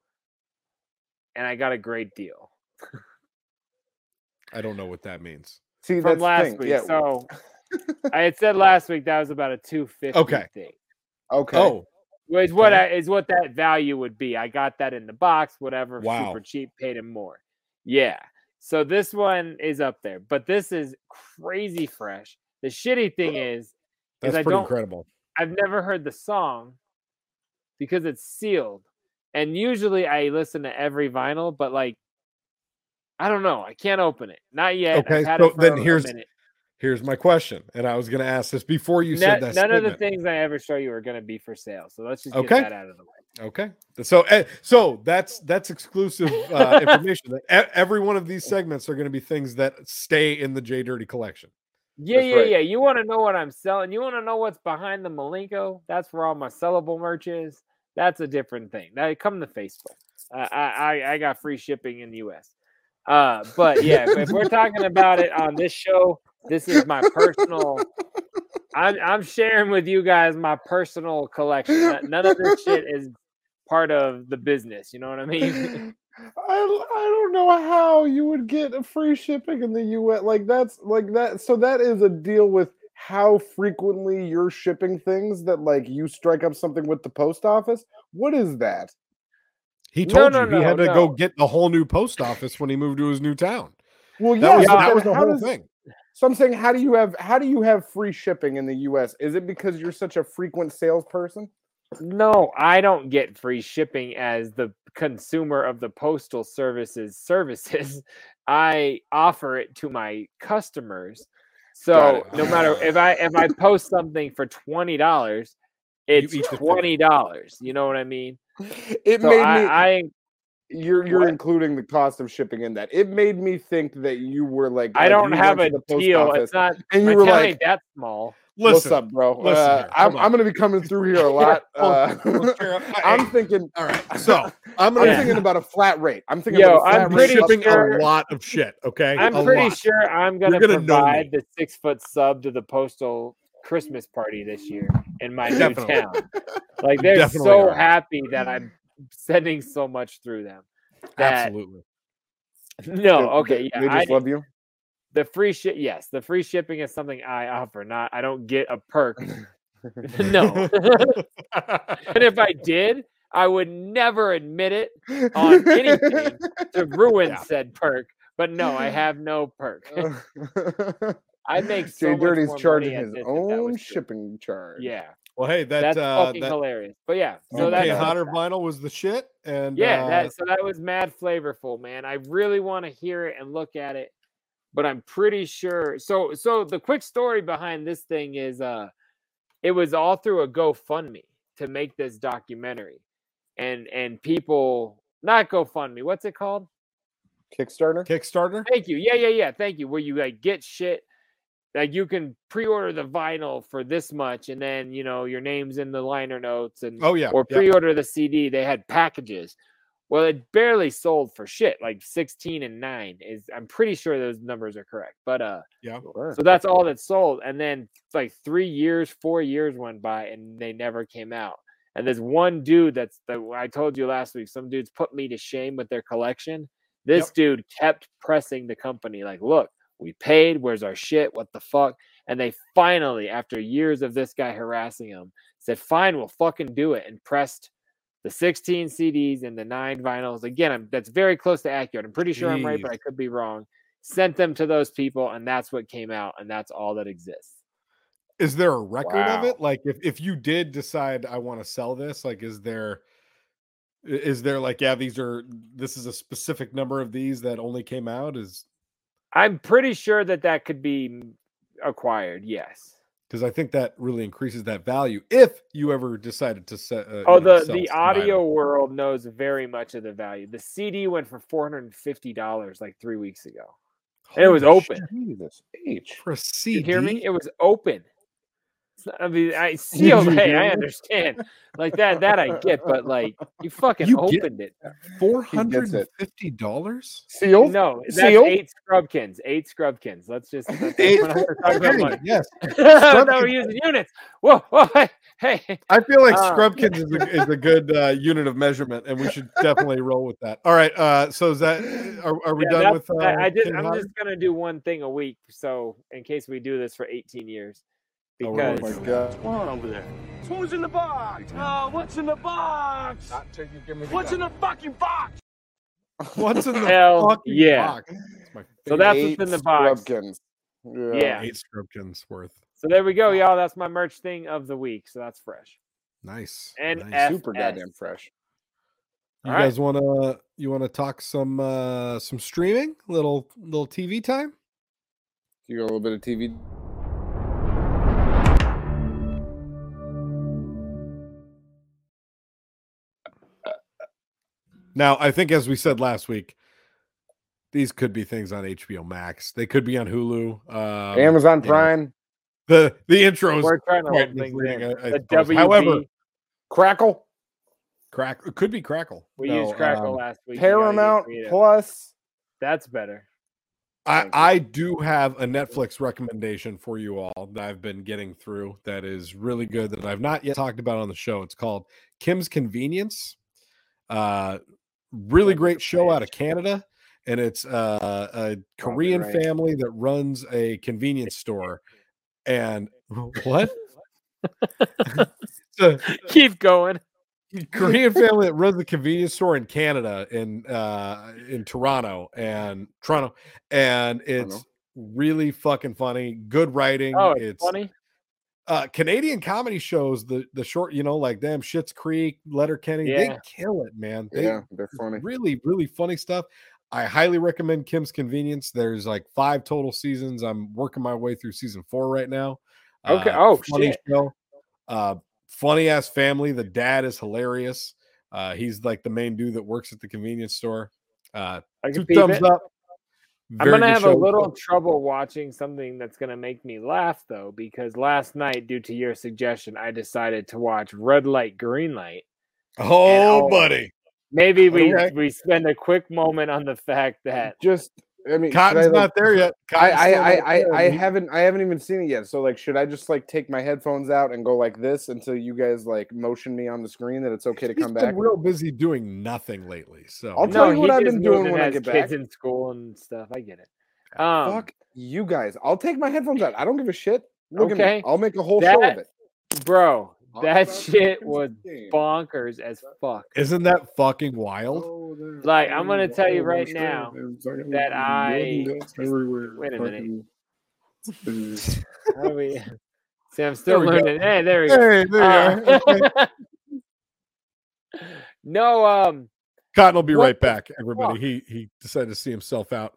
and I got a great deal
I don't know what that means.
see that's
from
the thing.
last week.
Yeah.
So I had said last week that was about a 250
Okay.
thing.
okay.
Oh,
Is what
Okay.
I, is what that value would be. I got that in the box, whatever,
Wow.
super cheap, paid him more. Yeah. So this one is up there, but this is crazy fresh. The shitty thing is,
that's
I
pretty
don't-
incredible.
I've never heard the song because it's sealed. And usually I listen to every vinyl, but like I don't know. I can't open it. Not yet.
Okay,
I've had
so
it for
then
a
here's
minute.
here's my question, and I was going to ask this before you
none,
said that.
none of the
statement.
things I ever show you are going to be for sale. So let's just
Okay.
get that out of the way.
Okay. So eh, so that's that's exclusive uh, information. E- Every one of these segments are going to be things that stay in the J Dirty collection.
Yeah,
That's
yeah,
right.
yeah. You want to know what I'm selling? You want to know what's behind the Malenko? That's where all my sellable merch is. That's a different thing. Now come to Facebook. Uh, I, I I got free shipping in the U.S. Uh, but yeah, if- if we're talking about it on this show, this is my personal. I'm I'm sharing with you guys my personal collection. None- None of this shit is part of the business. You know what I mean?
I, I don't know how you would get a free shipping in the US. Like that's like that. So that is a deal with how frequently you're shipping things that like you strike up something with the post office. What is that?
He
No,
told
no,
you he had
no,
to
no.
go get the whole new post office when he moved to his new town.
Well,
That
yeah,
was-
but
that
then
was the
how
whole
does-
thing.
So I'm saying, how do you have how do you have free shipping in the U.S.? Is it because you're such a frequent salesperson?
No, I don't get free shipping as the consumer of the postal services services. I offer it to my customers. So
Got it.
no matter if I if I post something for twenty dollars, it's twenty dollars. You know what I mean?
It
So
made
I-
me.
I
you're you're
What?
including the cost of shipping in that. It made me think that you were like,
I
like,
don't
you
have a
went to the post
deal.
office
It's not
and
my
you were
town
like,
ain't that small.
What's up, bro?
listen
Uh,
here,
I'm,
hold
I'm gonna be coming through here a lot.
Hold
Uh,
on, hold
I'm thinking.
All right, so
I'm,
I'm gonna-
thinking about a flat rate. I'm thinking.
Yo,
about a flat
I'm
rate
pretty
up
shipping
sure-
a lot of shit. Okay,
I'm
A
pretty
lot.
sure I'm
You're
gonna,
gonna know me.
provide the six foot sub to the postal Christmas party this year in my new
Definitely.
town. Like
You
they're
definitely
so
are.
happy that I'm sending so much through them. That
Absolutely.
no,
They-
okay,
they-
yeah,
They just
I-
love you.
the free ship, yes, the free shipping is something I offer. Not I don't get a perk. no, and if I did, I would never admit it on anything to ruin said perk. But no, I have no perk. I make so
Jay
much
Dirty's
more
charging
money at
his
this if that
own
was true.
shipping charge.
Yeah,
Well, hey, that
that's
uh,
fucking
that
hilarious. But yeah, so
UK
that's
hotter vinyl was the shit, and
yeah,
uh,
that, so that was mad flavorful, man. I really want to hear it and look at it, but I'm pretty sure. So, so the quick story behind this thing is, uh, it was all through a GoFundMe to make this documentary, and and people not GoFundMe, what's it called?
Kickstarter.
Kickstarter.
Thank you. Yeah, yeah, yeah. Thank you. Where you like get shit, like you can pre-order the vinyl for this much, and then you know your name's in the liner notes, and
Oh, yeah,
or
yeah.
pre-order the CD. They had packages. Well, it barely sold for shit, like sixteen and nine is. I'm pretty sure those numbers are correct, but uh,
yeah.
so that's all that sold. And then like three years, four years went by and they never came out. And there's one dude that's that I told you last week, some dudes put me to shame with their collection. This
Yep.
dude kept pressing the company, like, look, we paid, where's our shit? What the fuck? And they finally, after years of this guy harassing him, said, fine, we'll fucking do it. And pressed the 16 CDs and the nine vinyls. Again, I'm, that's very close to accurate. I'm pretty sure I'm right, but I
Jeez.
could be wrong sent them to those people, and that's what came out, and that's all that exists.
Is there a record of
Wow.
it? Like, if if you did decide I want to sell this, like, is there i- is there like yeah these are this is a specific number of these that only came out is
I'm pretty sure that that could be acquired. Yes.
because I think that really increases that value if you ever decided to set. Uh,
Oh,
you know,
the
sell
the
some
audio
vinyl.
world knows very much of the value. The CD went for four hundred and fifty dollars like three weeks ago. And it was
Holy
open.
Jesus H.
For a
You hear me?
CD?
It was open. It's not- I mean, I see. Okay,
hear
I
me?
understand. Like that, that I get. But like, you fucking
You get-
opened it.
Four hundred and fifty dollars.
Sealed?
No, that's
Sealed?
eight scrubkins. Eight scrubkins. Let's just let's
Eight
we're not gonna talk about
Hey,
money.
yes.
I thought we were
Scrubkins.
using units. Whoa, whoa, hey, hey.
I feel like
Uh,
Scrubkins is a, is a good uh, unit of measurement, and we should definitely roll with that. All right. Uh, so is that are, are we
yeah,
done
that's-
with? Uh,
I, I did.
King
I'm
Howard?
just gonna do one thing a week, so in case we do this for 18 years,
Oh,
because
my God. What's
going on over there?
Who's in the box? Oh, what's in the box? Not till you give me What's in the fucking box?
What's in the
Hell
fucking
yeah.
box? It's my
So that's
favorite.
what's in the box.
Yeah.
Yeah.
Eight Scrubkins worth.
So there we go, y'all. That's my merch thing of the week. So that's fresh.
Nice.
And
nice.
Super goddamn
fresh.
You
All right.
guys want to you want to talk some uh some streaming, little little TV time?
You got a little bit of TV.
Now, I think as we said last week, these could be things on HBO Max. They could be on Hulu, um,
Amazon
you know,
Prime.
the the intro is
We're trying to
quite
hold things
misleading,
in.
I- I
The
suppose.
E
WB.
However,
Crackle.
crack it could be Crackle.
We
No,
used Crackle
um,
last week. you gotta use
Paramount
Freedom.
Plus.
That's better.
I, I do have a Netflix recommendation for you all that I've been getting through that is really good that I've not yet talked about on the show. It's called Kim's Convenience. Uh, really great show out of Canada. And it's uh, a Korean
right.
family that runs a convenience store. And what? It's a-
Keep going.
Korean family that runs the convenience store in Canada in uh in Toronto and Toronto and it's really fucking funny. Good writing.
Oh, it's, funny.
uh Canadian comedy shows the the short, you know, like them Shits Creek, Letterkenny, they
Yeah.
kill it, man. They
Yeah, they're funny.
really really funny stuff. I highly recommend Kim's Convenience. There's like five total seasons. I'm working my way through season 4 right now.
Okay.
Uh,
Oh,
funny
shit.
show. Uh, funny ass family. The dad is hilarious. Uh, he's like the main dude that works at the convenience store. Uh,
I
two
can peep
thumbs
it.
up. Very
I'm gonna
good
have
show.
a little trouble watching something that's gonna make me laugh though, because last night, due to your suggestion, I decided to watch Red Light, Green Light. and
Oh,
I'll-
buddy.
Maybe we
Okay.
we spend a quick moment on the fact that
Just I mean, should
Cotton's
I, like,
not there yet.
I
Cotton's
I,
still not
I,
there,
I, I
dude.
haven't I haven't even seen it yet. So like, should I just like take my headphones out and go like this until you guys like motion me on the screen that it's okay to
He's
come
been
back?
real busy doing nothing lately. So
I'll tell
no,
you what
he
I've
just
been
moved
doing
and
when I
has
get back.
kids in school and stuff. I get it. Um,
Fuck you guys! I'll take my headphones out. I don't give a shit. Look at
Okay.
me. I'll make a whole show
That-
of it.
bro,
Talk
that
about
shit
Cotton's
was
game.
bonkers as fuck.
isn't that fucking wild?
Like, I'm gonna tell you right now that I wait a minute. How do we? See, I'm still
we go.
learning. Hey, there we go.
Hey, there you
Uh,
are. Okay.
no, um,
Cotton will be
What
right
the
back, everybody.
fuck?
He he decided to see himself out.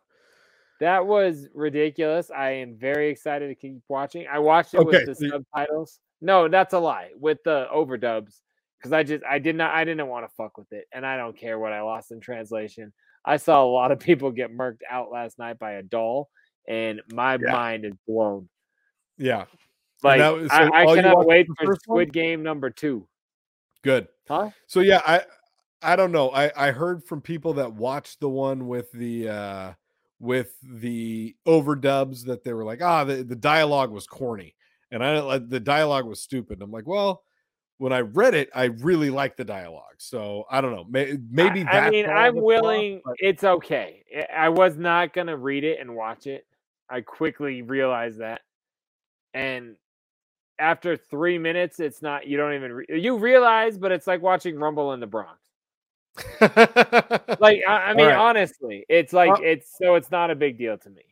that was ridiculous. I am very excited to keep watching. I watched it
Okay,
with the
so you-
subtitles. No, that's a lie. With the overdubs, because I just I did not I didn't want to fuck with it, and I don't care what I lost in translation. I saw a lot of people get murked out last night by a doll, and my
Yeah.
mind is blown.
Yeah.
Like
that was- so
I, I
all you
cannot
watched
wait
was the
for
first one?
Squid Game number two.
Good.
Huh?
So yeah, I I don't know. I I heard from people that watched the one with the uh with the overdubs that they were like, ah, the, the dialogue was corny, and I don't like the dialogue was stupid. I'm like, well, when I read it, I really liked the dialogue, so I don't know. May, maybe
I, I
that's
mean,
all
I'm
that's off,
willing.
but-
It's okay. I- I was not gonna read it and watch it. I quickly realized that, and after three minutes, it's not. You don't even. Re- you realize, but it's like watching Rumble in the Bronx. Like I, I mean,
right.
honestly, it's like
Uh,
it's so it's not a big deal to me.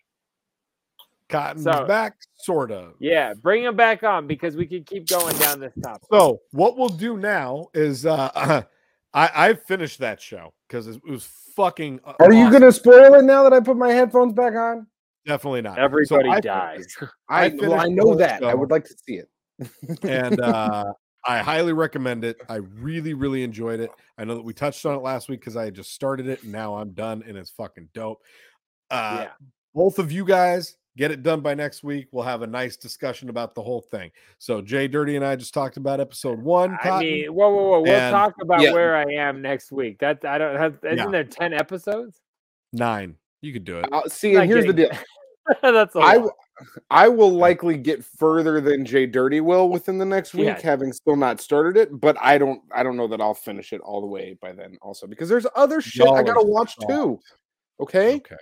Cotton's
so-
back, sort of.
Yeah, bring him back on because we could keep going down this topic.
So what we'll do now is uh, I I finished that show because it was fucking. uh,
Are you
awesome.
gonna spoil it now that I put my headphones back on?
Definitely not. So
Everybody
I-
dies.
I
I
well, I
finished
know
the
that. I
show.
would like to see it.
and uh, I highly recommend it. I really, really enjoyed it. I know that we touched on it last week because I had just started it, and now I'm done, and it's fucking dope. Uh,
Yeah.
Both of you guys get it done by next week. We'll have a nice discussion about the whole thing. So Jay Dirty and I just talked about episode one.
I
Cotton.
mean, whoa, whoa, whoa! We'll
and-
talk about
Yeah.
where I am next week. That I don't. Have, isn't
Yeah.
there ten episodes?
nine. You could do it.
Uh, see, and
Not
here's the
getting
deal.
That's all.
I w- I will likely get further than Jay Dirty will within the next week,
Yeah.
having still not started it. But I don't I don't know that I'll finish it all the way by then, also because there's other shit I
Y'all
gotta
are
watch
soft.
too. Okay,
Okay.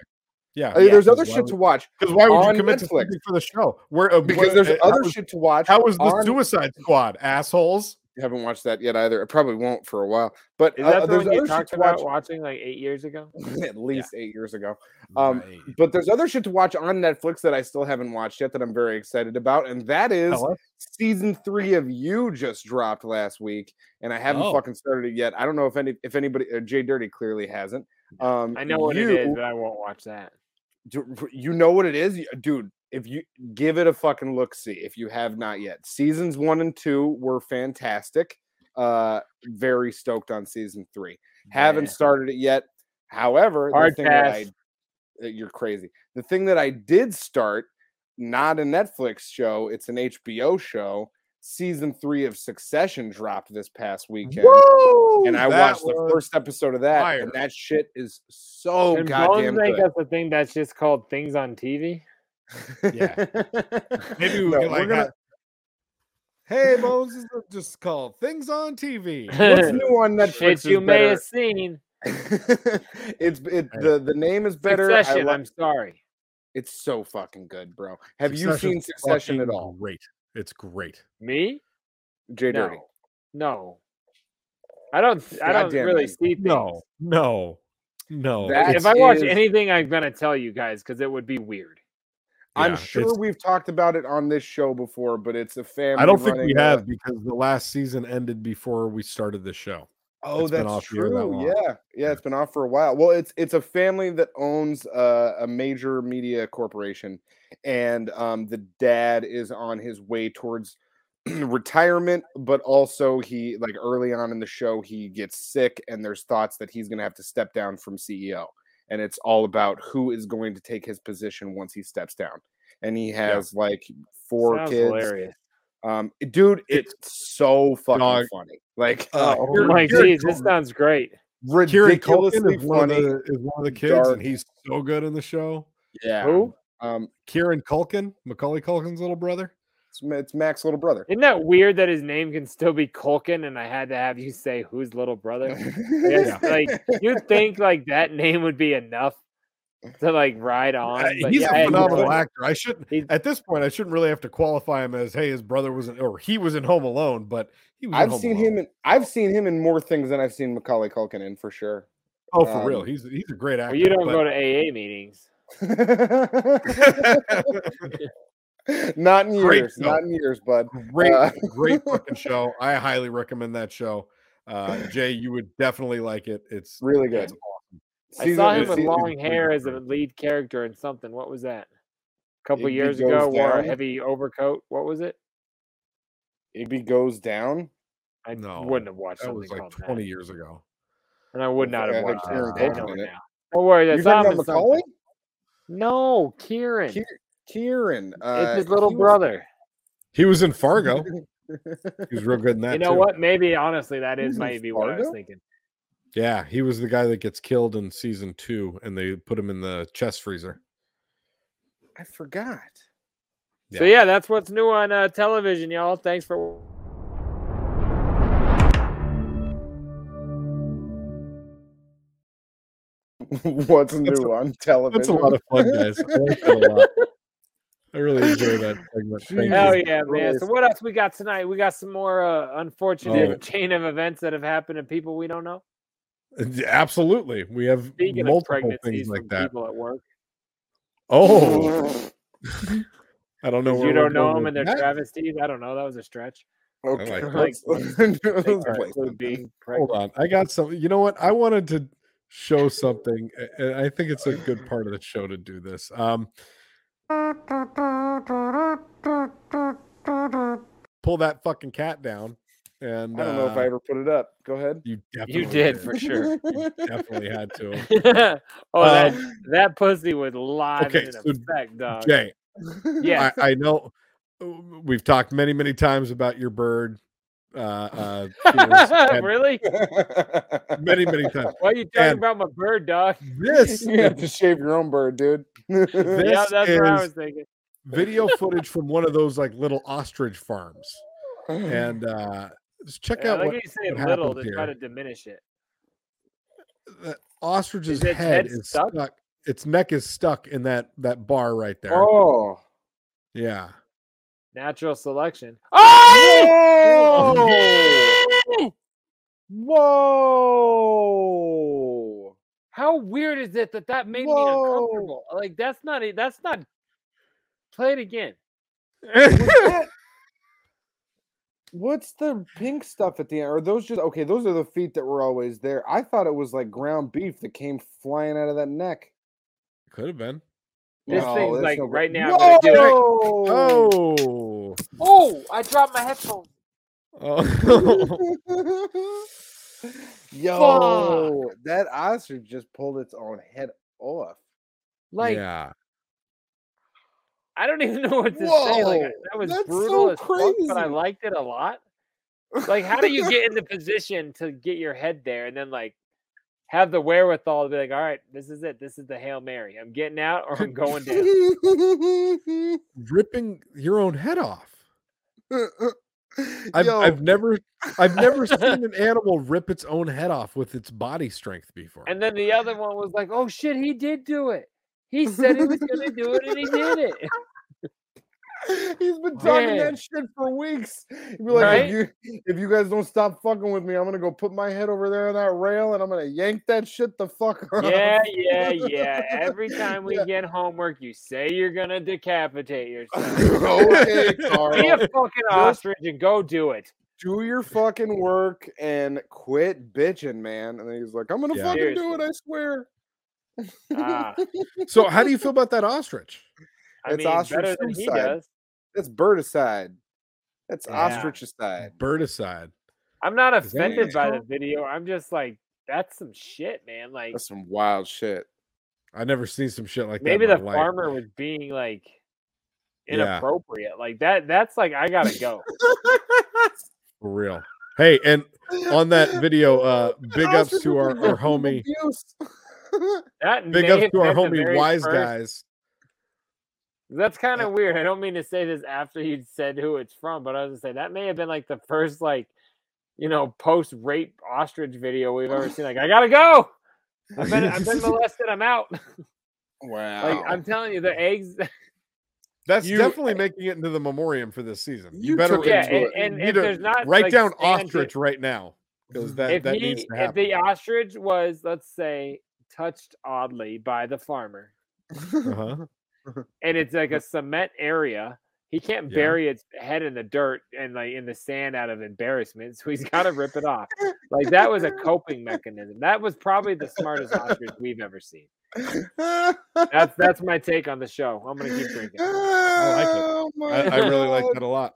Yeah.
Uh, there's other
Why
shit
would-
to watch
Because why would
on
you commit to
Netflix.
something for the show? Where uh,
because
where-
there's
uh,
other
how was-
shit to watch.
How was the
on-
Suicide Squad, assholes?
haven't watched that yet either. I probably won't for a while. But
Is
uh,
that the
there's
one you
other shit
talked
to
about
watch
watching like eight years ago?
at least eight years ago. Um, But there's other shit to watch on Netflix that I still haven't watched yet that I'm very excited about, and that is
Tell us.
season three of You just dropped last week, and I haven't
Oh.
fucking started it yet. I don't know if any if anybody uh, Jay Dirty clearly hasn't. Um,
I know what
you,
it is, but I won't watch that.
du- you know what it is, You- dude. If you give it a fucking look, see if you have not yet. Seasons one and two were fantastic. Uh, very stoked on season three. Haven't started it yet. However,
Hard
That I, uh, you're crazy. The thing that I did start, not a Netflix show, it's an HBO show. Season three of Succession dropped this past weekend, and I
That
watched the first episode of that, and that shit is so
Can
Oh, goddamn
Bones make
good.
us a thing that's just called things on TV?
Yeah. Maybe we
No,
can
we're
like
gonna-
have- Hey, Bones, this is just called Things on TV.
What's new on Netflix?
Shit
is
you may
better.
have seen.
It's it, the the name is better. I
Succession,
like-
I'm sorry.
it's so fucking good, bro. Have you seen
Succession's
Succession at
fucking
all?
Great. It's great.
Me?
Jay
No.
Dirty.
No. I don't I don't
Goddamn
really
it.
see things.
No, no, no.
Like,
It's-
if I watch
is-
anything, I'm gonna tell you guys because it would be weird.
I'm
Yeah,
sure
it's-
we've talked about it on this show before, but it's a family.
I don't think we
running a-
have because the last season ended before we started the show.
Oh,
It's been
that's
off the air that
true.
long.
yeah, yeah, it's been off for a while. Well, it's it's a family that owns uh, a major media corporation, and um, the dad is on his way towards retirement, but also he like early on in the show he gets sick, and there's thoughts that he's going to have to step down from CEO, and it's all about who is going to take his position once he steps down, and he has like four
Sounds
kids.
hilarious.
Um, dude, it's, so fucking
Dog.
funny. Like,
Uh,
oh,
Kieran-
Like,
Kieran
geez, this
Culkin-
sounds great.
Kieran Culkin
ridiculously
is one, of
funny,
the, is one of the kids,
dark.
and he's so good in the show.
Yeah.
Who?
Um,
Kieran Culkin, Macaulay Culkin's little brother.
it's, Ma- it's Mac's little brother.
Isn't that weird that his name can still be Culkin and I had to have you say who's little brother? It's Like you'd think like that name would be enough to like ride on.
Uh,
Um, but
he's
yeah,
a
it
phenomenal
wouldn't.
actor. I shouldn't
He-
at this point. I shouldn't really have to qualify him as, "Hey, his brother was in, or he was in Home Alone." But he was. in
I've
Home
seen
Alone.
him in I've seen him in more things than I've seen Macaulay Culkin in for sure.
Oh, for real,
Um,
he's he's a great actor.
Well, you don't
but-
go to AA meetings.
not in
Great
years, not
show.
in years, bud.
great,
Uh,
great fucking show. I highly recommend that show. Uh, Jay, you would definitely like it. It's
really
it's
good.
awesome.
I saw
Season-
him with
season
long
three.
hair as a lead character in something. What was that? A couple
Igby
years
Goes
ago, wore a
Down?
heavy overcoat. What was it?
Igby goes down.
I
No,
wouldn't have watched
That
something
was like
called that.
twenty years ago.
and I would not
I
have
had
watched it.
Kieran
I
Culkin
know
in it.
now. Don't worry,
You're
that's on
talking about Macaulay?
No, Kieran.
Kier- Kieran. Uh,
it's his little
he was-
brother.
He was in Fargo. he was real good in that.
You know
too.
what? Maybe honestly, that
He's
is
in
maybe what I was
Fargo?
thinking.
Yeah, he was the guy that gets killed in season two, and they put him in the chest freezer.
I forgot.
So yeah, that's what's new on uh, television, y'all. Thanks for.
What's new on television?
That's a lot of fun, guys. I like that a lot. I really enjoy that segment. Thank
Hell
you.
yeah, man! So
Christ.
what else we got tonight? We got some more uh, unfortunate
Oh.
chain of events that have happened to people we don't know.
Absolutely, we have
Speaking of
multiple
pregnancies
things
from
like that.
people at work,
Oh, I don't know.
'Cause
where
you
we're
don't know
going
them
with
and their
that.
travesties. I don't know. That was a stretch.
Okay.
like
let's- let's
They could
play
include being
Hold
pregnant.
on, I got something. You know what? I wanted to show something, a- and I think it's a good part of the show to do this. Um, pull that fucking cat down, and
I don't know if
uh,
I ever put it up. Go ahead.
You definitely
You did for sure.
You definitely had to.
oh, that that pussy was live
Uh, okay,
and in
so
effect, dog.
Jay,
Yes.
I, I know uh, we've talked many, many times about your bird. Uh, uh, fears, and
really?
many, many times.
Why are you talking
And-
about my bird, dog?
This,
you have to shave your own bird, dude.
this
yeah, that's what I
is
was thinking.
video footage from one of those like little ostrich farms, and uh, just check
Mm-hmm. Yeah, I
out
like
what
what you say
what
little to
happens
try to
here.
diminish it.
the ostrich's
Is its
head
head
is stuck?
stuck? Oh.
Its neck is stuck in that that bar right there.
Oh,
Yeah,
Natural selection. Oh!
Whoa! Whoa!
How weird is it that that made me uncomfortable? Like that's not it. That's not. Play it again.
What's the pink stuff at the end? Are those just okay? Those are the feet that were always there. I thought it was like ground beef that came flying out of that neck.
Could have been.
This
No,
thing's
that's
like
no good.
right now. I'm gonna do it.
Oh.
Oh, I dropped my headphones.
Oh.
Yo, that ostrich just pulled its own head off.
Like
yeah.
I don't even know what to say.
Whoa,
Like, that was
that's
brutal
so
as fuck, but I
crazy.
liked it a lot. Like, how do you get in the position to get your head there and then like have the wherewithal to be like, all right, this is it. This is the hail mary. I'm getting out or I'm going down.
Ripping your own head off. I've, I've never I've never seen an animal rip its own head off with its body strength before.
And then the other one was like, oh shit, he did do it. He said he was going to do it and he did it.
He's been talking
Man.
that shit for weeks. He'd be like,
Right?
if, you, if you guys don't stop fucking with me, I'm gonna go put my head over there on that rail and I'm gonna yank that shit the fuck off.
Yeah, yeah, yeah. Every time we get homework, you say you're going to decapitate yourself.
okay,
Be a
Carl.
fucking ostrich and go do it.
Do your fucking work and quit bitching, man. And then he's like, I'm gonna
Yeah.
fucking do it, I swear.
Ah,
so how do you feel about that ostrich?
I
It's
mean,
ostrich
better than he
suicide.
does.
That's birdicide. That's
Yeah.
ostricicide.
Birdicide.
I'm not
that what
offended
it's
by the
called?
video. I'm just like, that's some shit, man. Like
That's some wild shit.
I've never seen some shit like
maybe
that.
the
in my life.
farmer was being like
Yeah.
inappropriate. Like that. That's like I gotta go.
For real. Hey, and on that video, uh big ups to our, our homie
That
big
may
ups
have
to our
been the
homie
very
wise
first-
guys.
That's kind of weird. I don't mean to say this after you'd said who it's from, but I was gonna say that may have been like the first like you know post rape ostrich video we've ever seen. Like I gotta go. I've been, I've been molested. I'm out.
Wow.
Like I'm telling you, the eggs.
That's
You-
definitely making it into the memoriam for this season. You,
You
better
took
Yeah,
into it.
and- and
You
if
need to
there's not,
write
like,
down
standard-
ostrich right now because that,
if
that
he,
needs to
if
happen.
the ostrich was, let's say, touched oddly by the farmer,
uh-huh.
and it's like a cement area, he can't
Yeah.
bury its head in the dirt and like in the sand out of embarrassment, so he's got to rip it off. Like that was a coping mechanism. That was probably the smartest ostrich we've ever seen. That's that's my take on the show. I'm gonna keep drinking.
Oh my
I, I really like
God.
that a lot.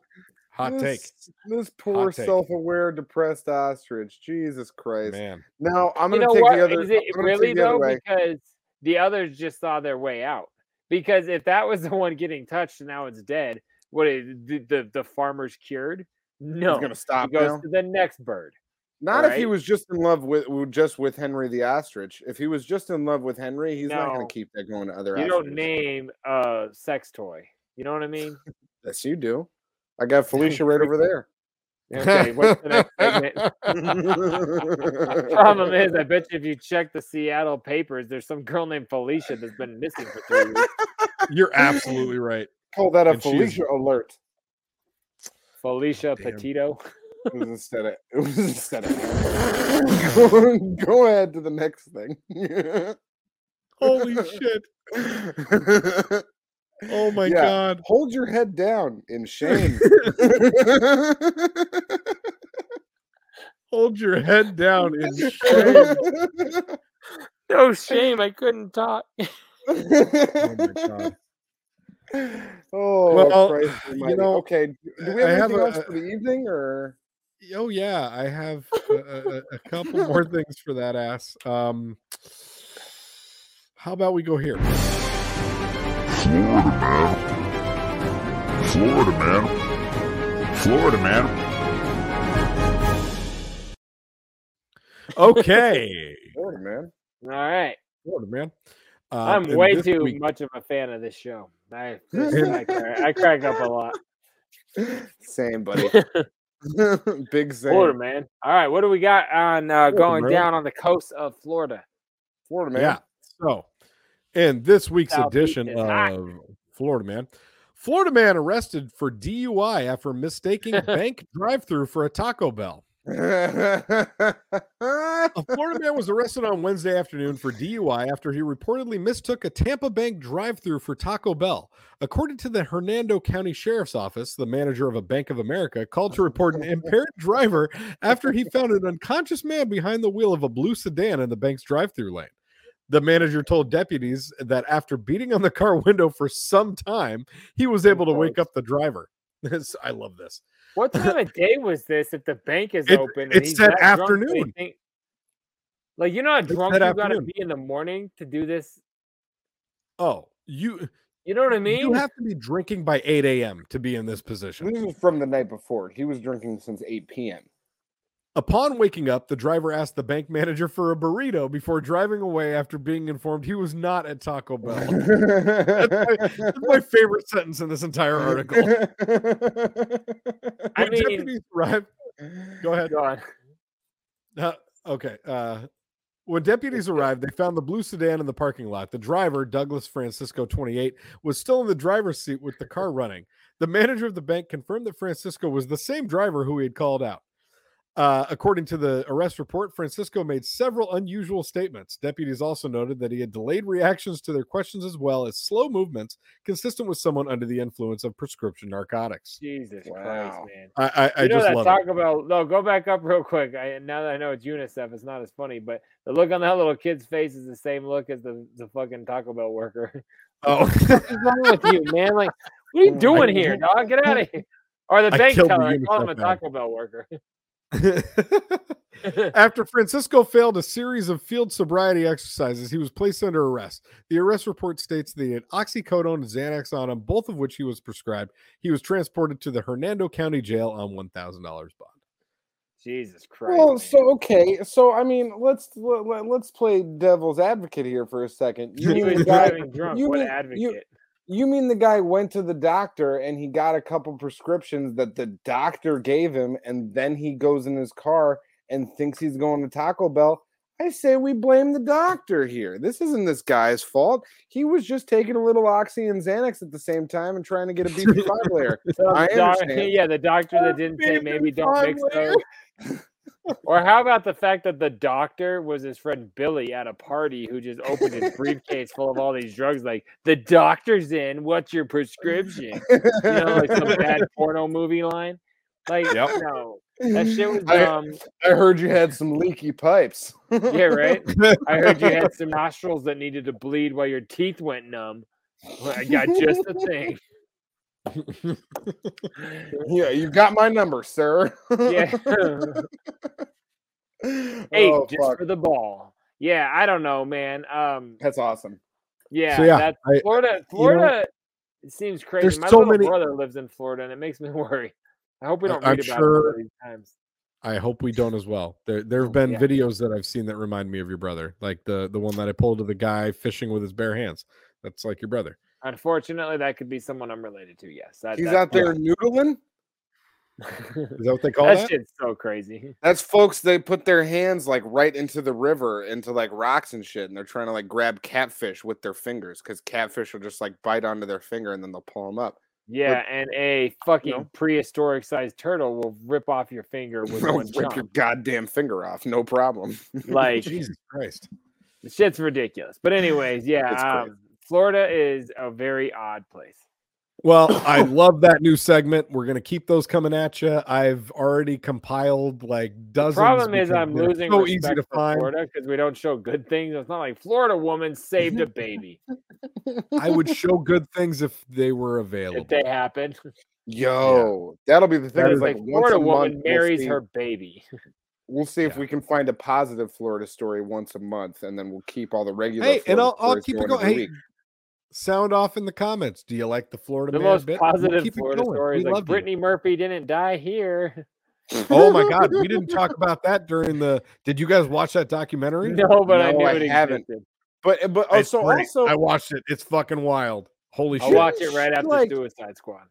Hot take.
This- This poor
take.
self-aware depressed ostrich. Jesus Christ.
Man.
Now I'm
you
gonna
know
take
what?
the other
Is it
I'm gonna take
really
the other
though?
way.
Because the others just saw their way out. Because if that was the one getting touched and now it's dead, what it, the, the the farmer's cured? No,
He's gonna stop
he goes
now?
to the next bird.
Not if he
right?
was just in love with with- just with Henry the ostrich. If he was just in love with Henry, he's not
No.
gonna keep that going to other
you
ostriches.
don't name a sex toy. You know what I mean?
yes, you do. I got Felicia right over there.
Okay, what's the next segment? Problem is, I bet you if you check the Seattle papers, there's some girl named Felicia that's been missing for three weeks.
You're absolutely right.
Call that a
And she's-
Felicia alert.
Felicia
Damn.
Petito.
It was instead of it was instead of go, go ahead to the next thing.
Holy shit. Oh my
Yeah.
god.
Hold your head down in shame.
Hold your head down in shame.
No shame, I couldn't talk.
Oh my god.
oh,
Well,
Christ
you
almighty.
know,
okay. Do we
I
have
have
anything
a- uh,
else for the evening, or
Oh yeah, I have a, a, a- a couple more things for that ass. Um, how about we go here?
Florida man. Florida man. Florida man.
Okay,
Lord, man?
All right.
Florida man. Um,
I'm
and
way
this
too
week-
much of a fan of this show. I, I, crack, I crack up a lot.
Same, buddy. Big same.
Florida, man. All right, what do we got on uh,
Florida,
going
bro.
down on the coast of Florida?
Florida man.
Yeah. So, in this week's
Southeast
edition
is hot.
of Florida Man, Florida man arrested for DUI after mistaking bank drive-through for a Taco Bell. a Florida man was arrested on Wednesday afternoon for DUI after he reportedly mistook a Tampa Bank drive-through for Taco Bell. According to the Hernando County Sheriff's Office, the manager of a Bank of America called to report an impaired driver after he found an unconscious man behind the wheel of a blue sedan in the bank's drive-through lane. The manager told deputies that after beating on the car window for some time, he was able to wake up the driver. This- I love this.
What time of day was this? If the bank is
It-
open, and
it
he's
said
that drunk that he
afternoon.
think- like you know how drunk you
said
gotta
afternoon.
be in the morning to do this.
Oh, you
you know what I mean?
You have to be drinking by 8 a.m. to be in this position.
This is from the night before. He was drinking since 8 p.m.
Upon waking up, the driver asked the bank manager for a burrito before driving away after being informed he was not at Taco Bell. that's, my, that's my favorite sentence in this entire article.
I
When
mean-
deputies arrived, go ahead.
Go on.
Uh, okay. Uh, when deputies arrived, they found the blue sedan in the parking lot. The driver, Douglas Francisco, 28, was still in the driver's seat with the car running. The manager of the bank confirmed that Francisco was the same driver who he had called out. Uh, according to the arrest report, Francisco made several unusual statements. Deputies also noted that he had delayed reactions to their questions as well as slow movements consistent with someone under the influence of prescription narcotics.
Jesus Christ, man!
I- I- I
you know
just
that
love it.
Taco Bell. No, go back up real quick. I, now that I know it's UNICEF, it's not as funny, but the look on that little kid's face is the same look as the, the fucking Taco Bell worker.
Oh,
what is wrong with you, man? Like, what are you doing here, dog? Get out of here! Or the
I
bank
killed the
teller. I called him a
UNICEF ad.
Taco Bell worker.
Oh. After Francisco failed a series of field sobriety exercises, he was placed under arrest. The arrest report states that he had oxycodone and Xanax on him, both of which he was prescribed. He was transported to the Hernando County Jail on one thousand dollars bond.
Jesus Christ!
Well, so okay, so I mean, let's let, let- let's play devil's advocate here for a second. You
He
mean
was
the guy?
driving drunk.
You
What
mean,
advocate?
you, you mean the guy went to the doctor and he got a couple prescriptions that the doctor gave him, and then he goes in his car and thinks he's going to Taco Bell. I say we blame the doctor here. This isn't this guy's fault. He was just taking a little oxy and Xanax at the same time and trying to get a BB5 layer.
So
I
the doc-
understand.
yeah, the doctor that didn't say maybe don't mix those. or how about the fact that the doctor was his friend Billy at a party who just opened his briefcase full of all these drugs? Like the doctor's in. What's your prescription? You know, like some bad porno movie line. Like
Yep.
no, that shit was
I-
dumb.
I heard you had some leaky pipes.
Yeah, right. I heard you had some nostrils that needed to bleed while your teeth went numb. Well, I got just the thing.
Yeah, you got my number, sir.
Yeah. Eight
Oh,
just for the ball. Yeah, I don't know, man. Um,
That's awesome.
Yeah,
yeah,
that's
I-
Florida.
know,
Florida it seems crazy.
there's
My
so
little
many-
brother lives in Florida, and it makes me worry. I hope we
I-
don't
I'm
read about it
sure-
one of these times.
I hope we don't as well. There, there have been
Oh, yeah.
videos that I've seen that remind me of your brother, like the the one that I pulled of the guy fishing with his bare hands. That's like your brother.
Unfortunately, that could be someone I'm related to. Yes, that,
He's
that-
out there noodling.
Is that what they call
that,
that?
shit's so crazy.
That's folks. They put their hands like right into the river, into like rocks and shit, and they're trying to like grab catfish with their fingers because catfish will just like bite onto their finger and then they'll pull them up.
Yeah, and a fucking prehistoric sized turtle will rip off your finger with
They'll
one
rip your
chunk.
goddamn finger off, no problem.
Like
Jesus Christ.
the shit's ridiculous. But anyways,
It's
yeah,
crazy.
um, Florida is a very odd place.
Well, I love that new segment. We're gonna keep those coming at you. I've already compiled like dozens.
Problem is,
because
I'm
they're
losing
So
respect
easy to
for
find.
Florida because we don't show good things. It's not like Florida woman saved a baby.
I would show good things if they were available.
if they happen.
Yo, that'll be the thing.
That
is,
is
like,
like
once
Florida
a
woman
month, we'll
marries
see-
her baby.
We'll see if we can find a positive Florida story once a month, and then we'll keep all the regular.
Hey, and
Florida
I'll, I'll
stories
keep it
going
going.
every
Hey,
week.
sound off in the comments. Do you like the Florida
The
man
most
bit? We'll
positive
keep it
Florida
going.
story
We
is like
love you.
Brittany Murphy didn't die here.
Oh my God, we didn't talk about that during the. Did you guys watch that documentary? Oh,
No, but I
No,
knew
I
it
haven't.
existed.
But but
It's
also
great.
also
I watched it. It's fucking wild. Holy
I'll
shit!
watch it right after
Like-
Suicide Squad.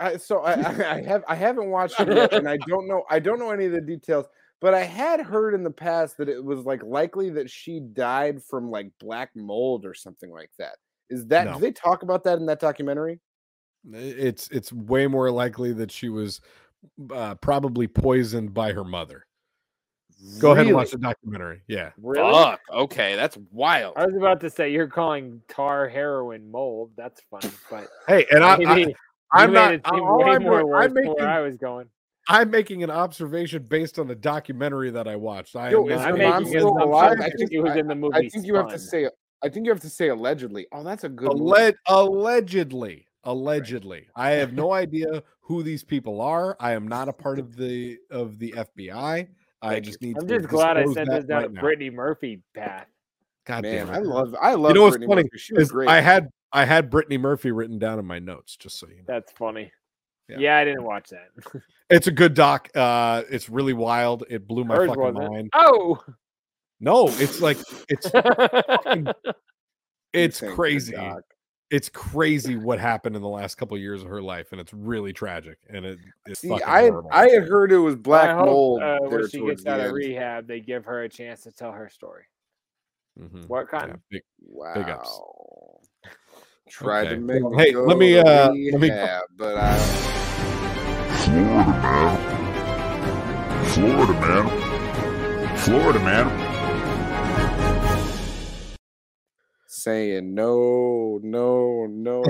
I, so I, I, I have I haven't watched it yet, and I don't know I don't know any of the details. But I had heard in the past that it was like likely that she died from like black mold or something like that. Is that
No.
do they talk about that in that documentary?
It's it's way more likely that she was uh, probably poisoned by her mother. Go ahead and watch the
Really?
documentary. Yeah.
Fuck. Okay, that's wild.
I was about to say you're calling tar heroin mold. That's funny, but
Hey, and I,
maybe you
I am
made
not.
It seem
all
way
I'm
more
doing-
worse
I'm
than
making
where I was going.
I'm making an observation based on the documentary that I watched. I
Yo,
am
is
not
your
making
mom
an
still
assumption.
alive?
I think-
it was in the movie
I think you have to
Spun.
say. I think you have to say allegedly. Oh, that's a good.
Alleg- allegedly, allegedly. I have no idea who these people are. I am not a part of the of the FBI. I just need.
I'm
to
just glad I
disclose
sent
that
this down
right
a
now.
Brittany Murphy path.
God
Man,
damn it.
I love- I love
You know what's
Brittany
funny?
Murphy. She was
is
great.
I had I had Brittany Murphy written down in my notes, just so you know.
That's funny.
Yeah.
Yeah, I didn't watch that.
It's a good doc. Uh, it's really wild. It blew my
Hers
fucking
wasn't.
mind.
Oh,
No, it's like it's fucking- it's
saying good
crazy.
doc.
It's crazy what happened in the last couple of years of her life, and it's really tragic. And it, it's
See,
fucking
I
horrible.
I had heard it was black
I hope
mold.
uh,
there
when she
towards
gets
the
out of
end.
rehab, they give her a chance to tell her story.
Mm,
Mhm.
What kind?
Yeah, big,
wow.
big ups.
Tried
Okay.
to make.
Well,
me
hey,
go
let me,
to
uh, let me-
rehab, But I.
Florida man. Florida man. Florida man.
saying no, no, no.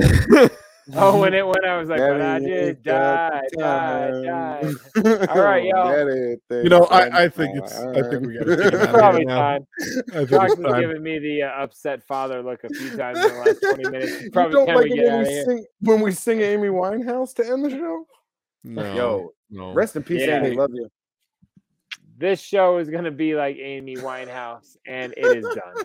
Oh, when it went, I was like,
That
but I
ain't
just
got
died,
time.
died, died. All right, y'all.
Oh, That ain't
You know,
things
I, I think
on
it's. I think we got to
time.
take it out of
Probably
here now.
time.
I think
Josh
it's
was
time.
giving me the uh, upset father look a few times in the last 20 minutes. He's
You
Probably
don't
time
like
we
it
get
when
out
we
of here.
sing when we sing Amy Winehouse to end the show.
No,
Yo,
no.
Rest in peace,
Yeah.
Amy. Love you.
This show is going to be like Amy Winehouse, and it is done.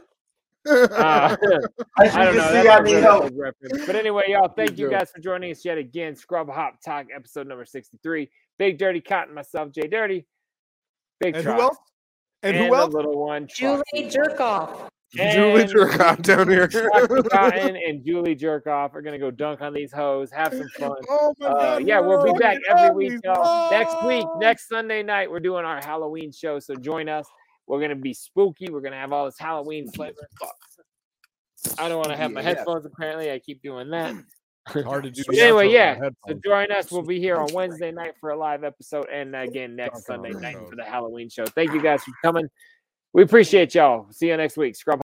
Uh,
As
I don't
you can
know.
see,
That's
I
a
need
really
help.
big reference. But anyway, y'all, thank you
joke.
guys for joining us yet again. Scrub Hop Talk, episode number 63. Big Dirty Cotton, myself, Jay Dirty. Big
And
Truck,
who else? And who else?
The little one, Truck.
Julie Jerkoff.
Julie
And-
Jerkoff down here.
Dr. Cotton and Julie Jerkoff are gonna go dunk on these hoes, have some fun.
Oh my
Uh,
God,
yeah, we'll be
no,
back
I
every
love
week.
these
y'all. Next week,
hoes.
next Sunday night, we're doing our Halloween show, so join us. We're gonna be spooky. We're gonna have all this Halloween flavor. Fuck. I don't want to have my
Yeah.
headphones. Apparently, I keep doing that.
It's hard to do.
But anyway,
outro
yeah.
without
So
headphones.
join us. We'll be here on Wednesday night for a live episode, and again next Sunday night for the Halloween show. Thank you guys for coming. We appreciate y'all. See you next week. Scrub.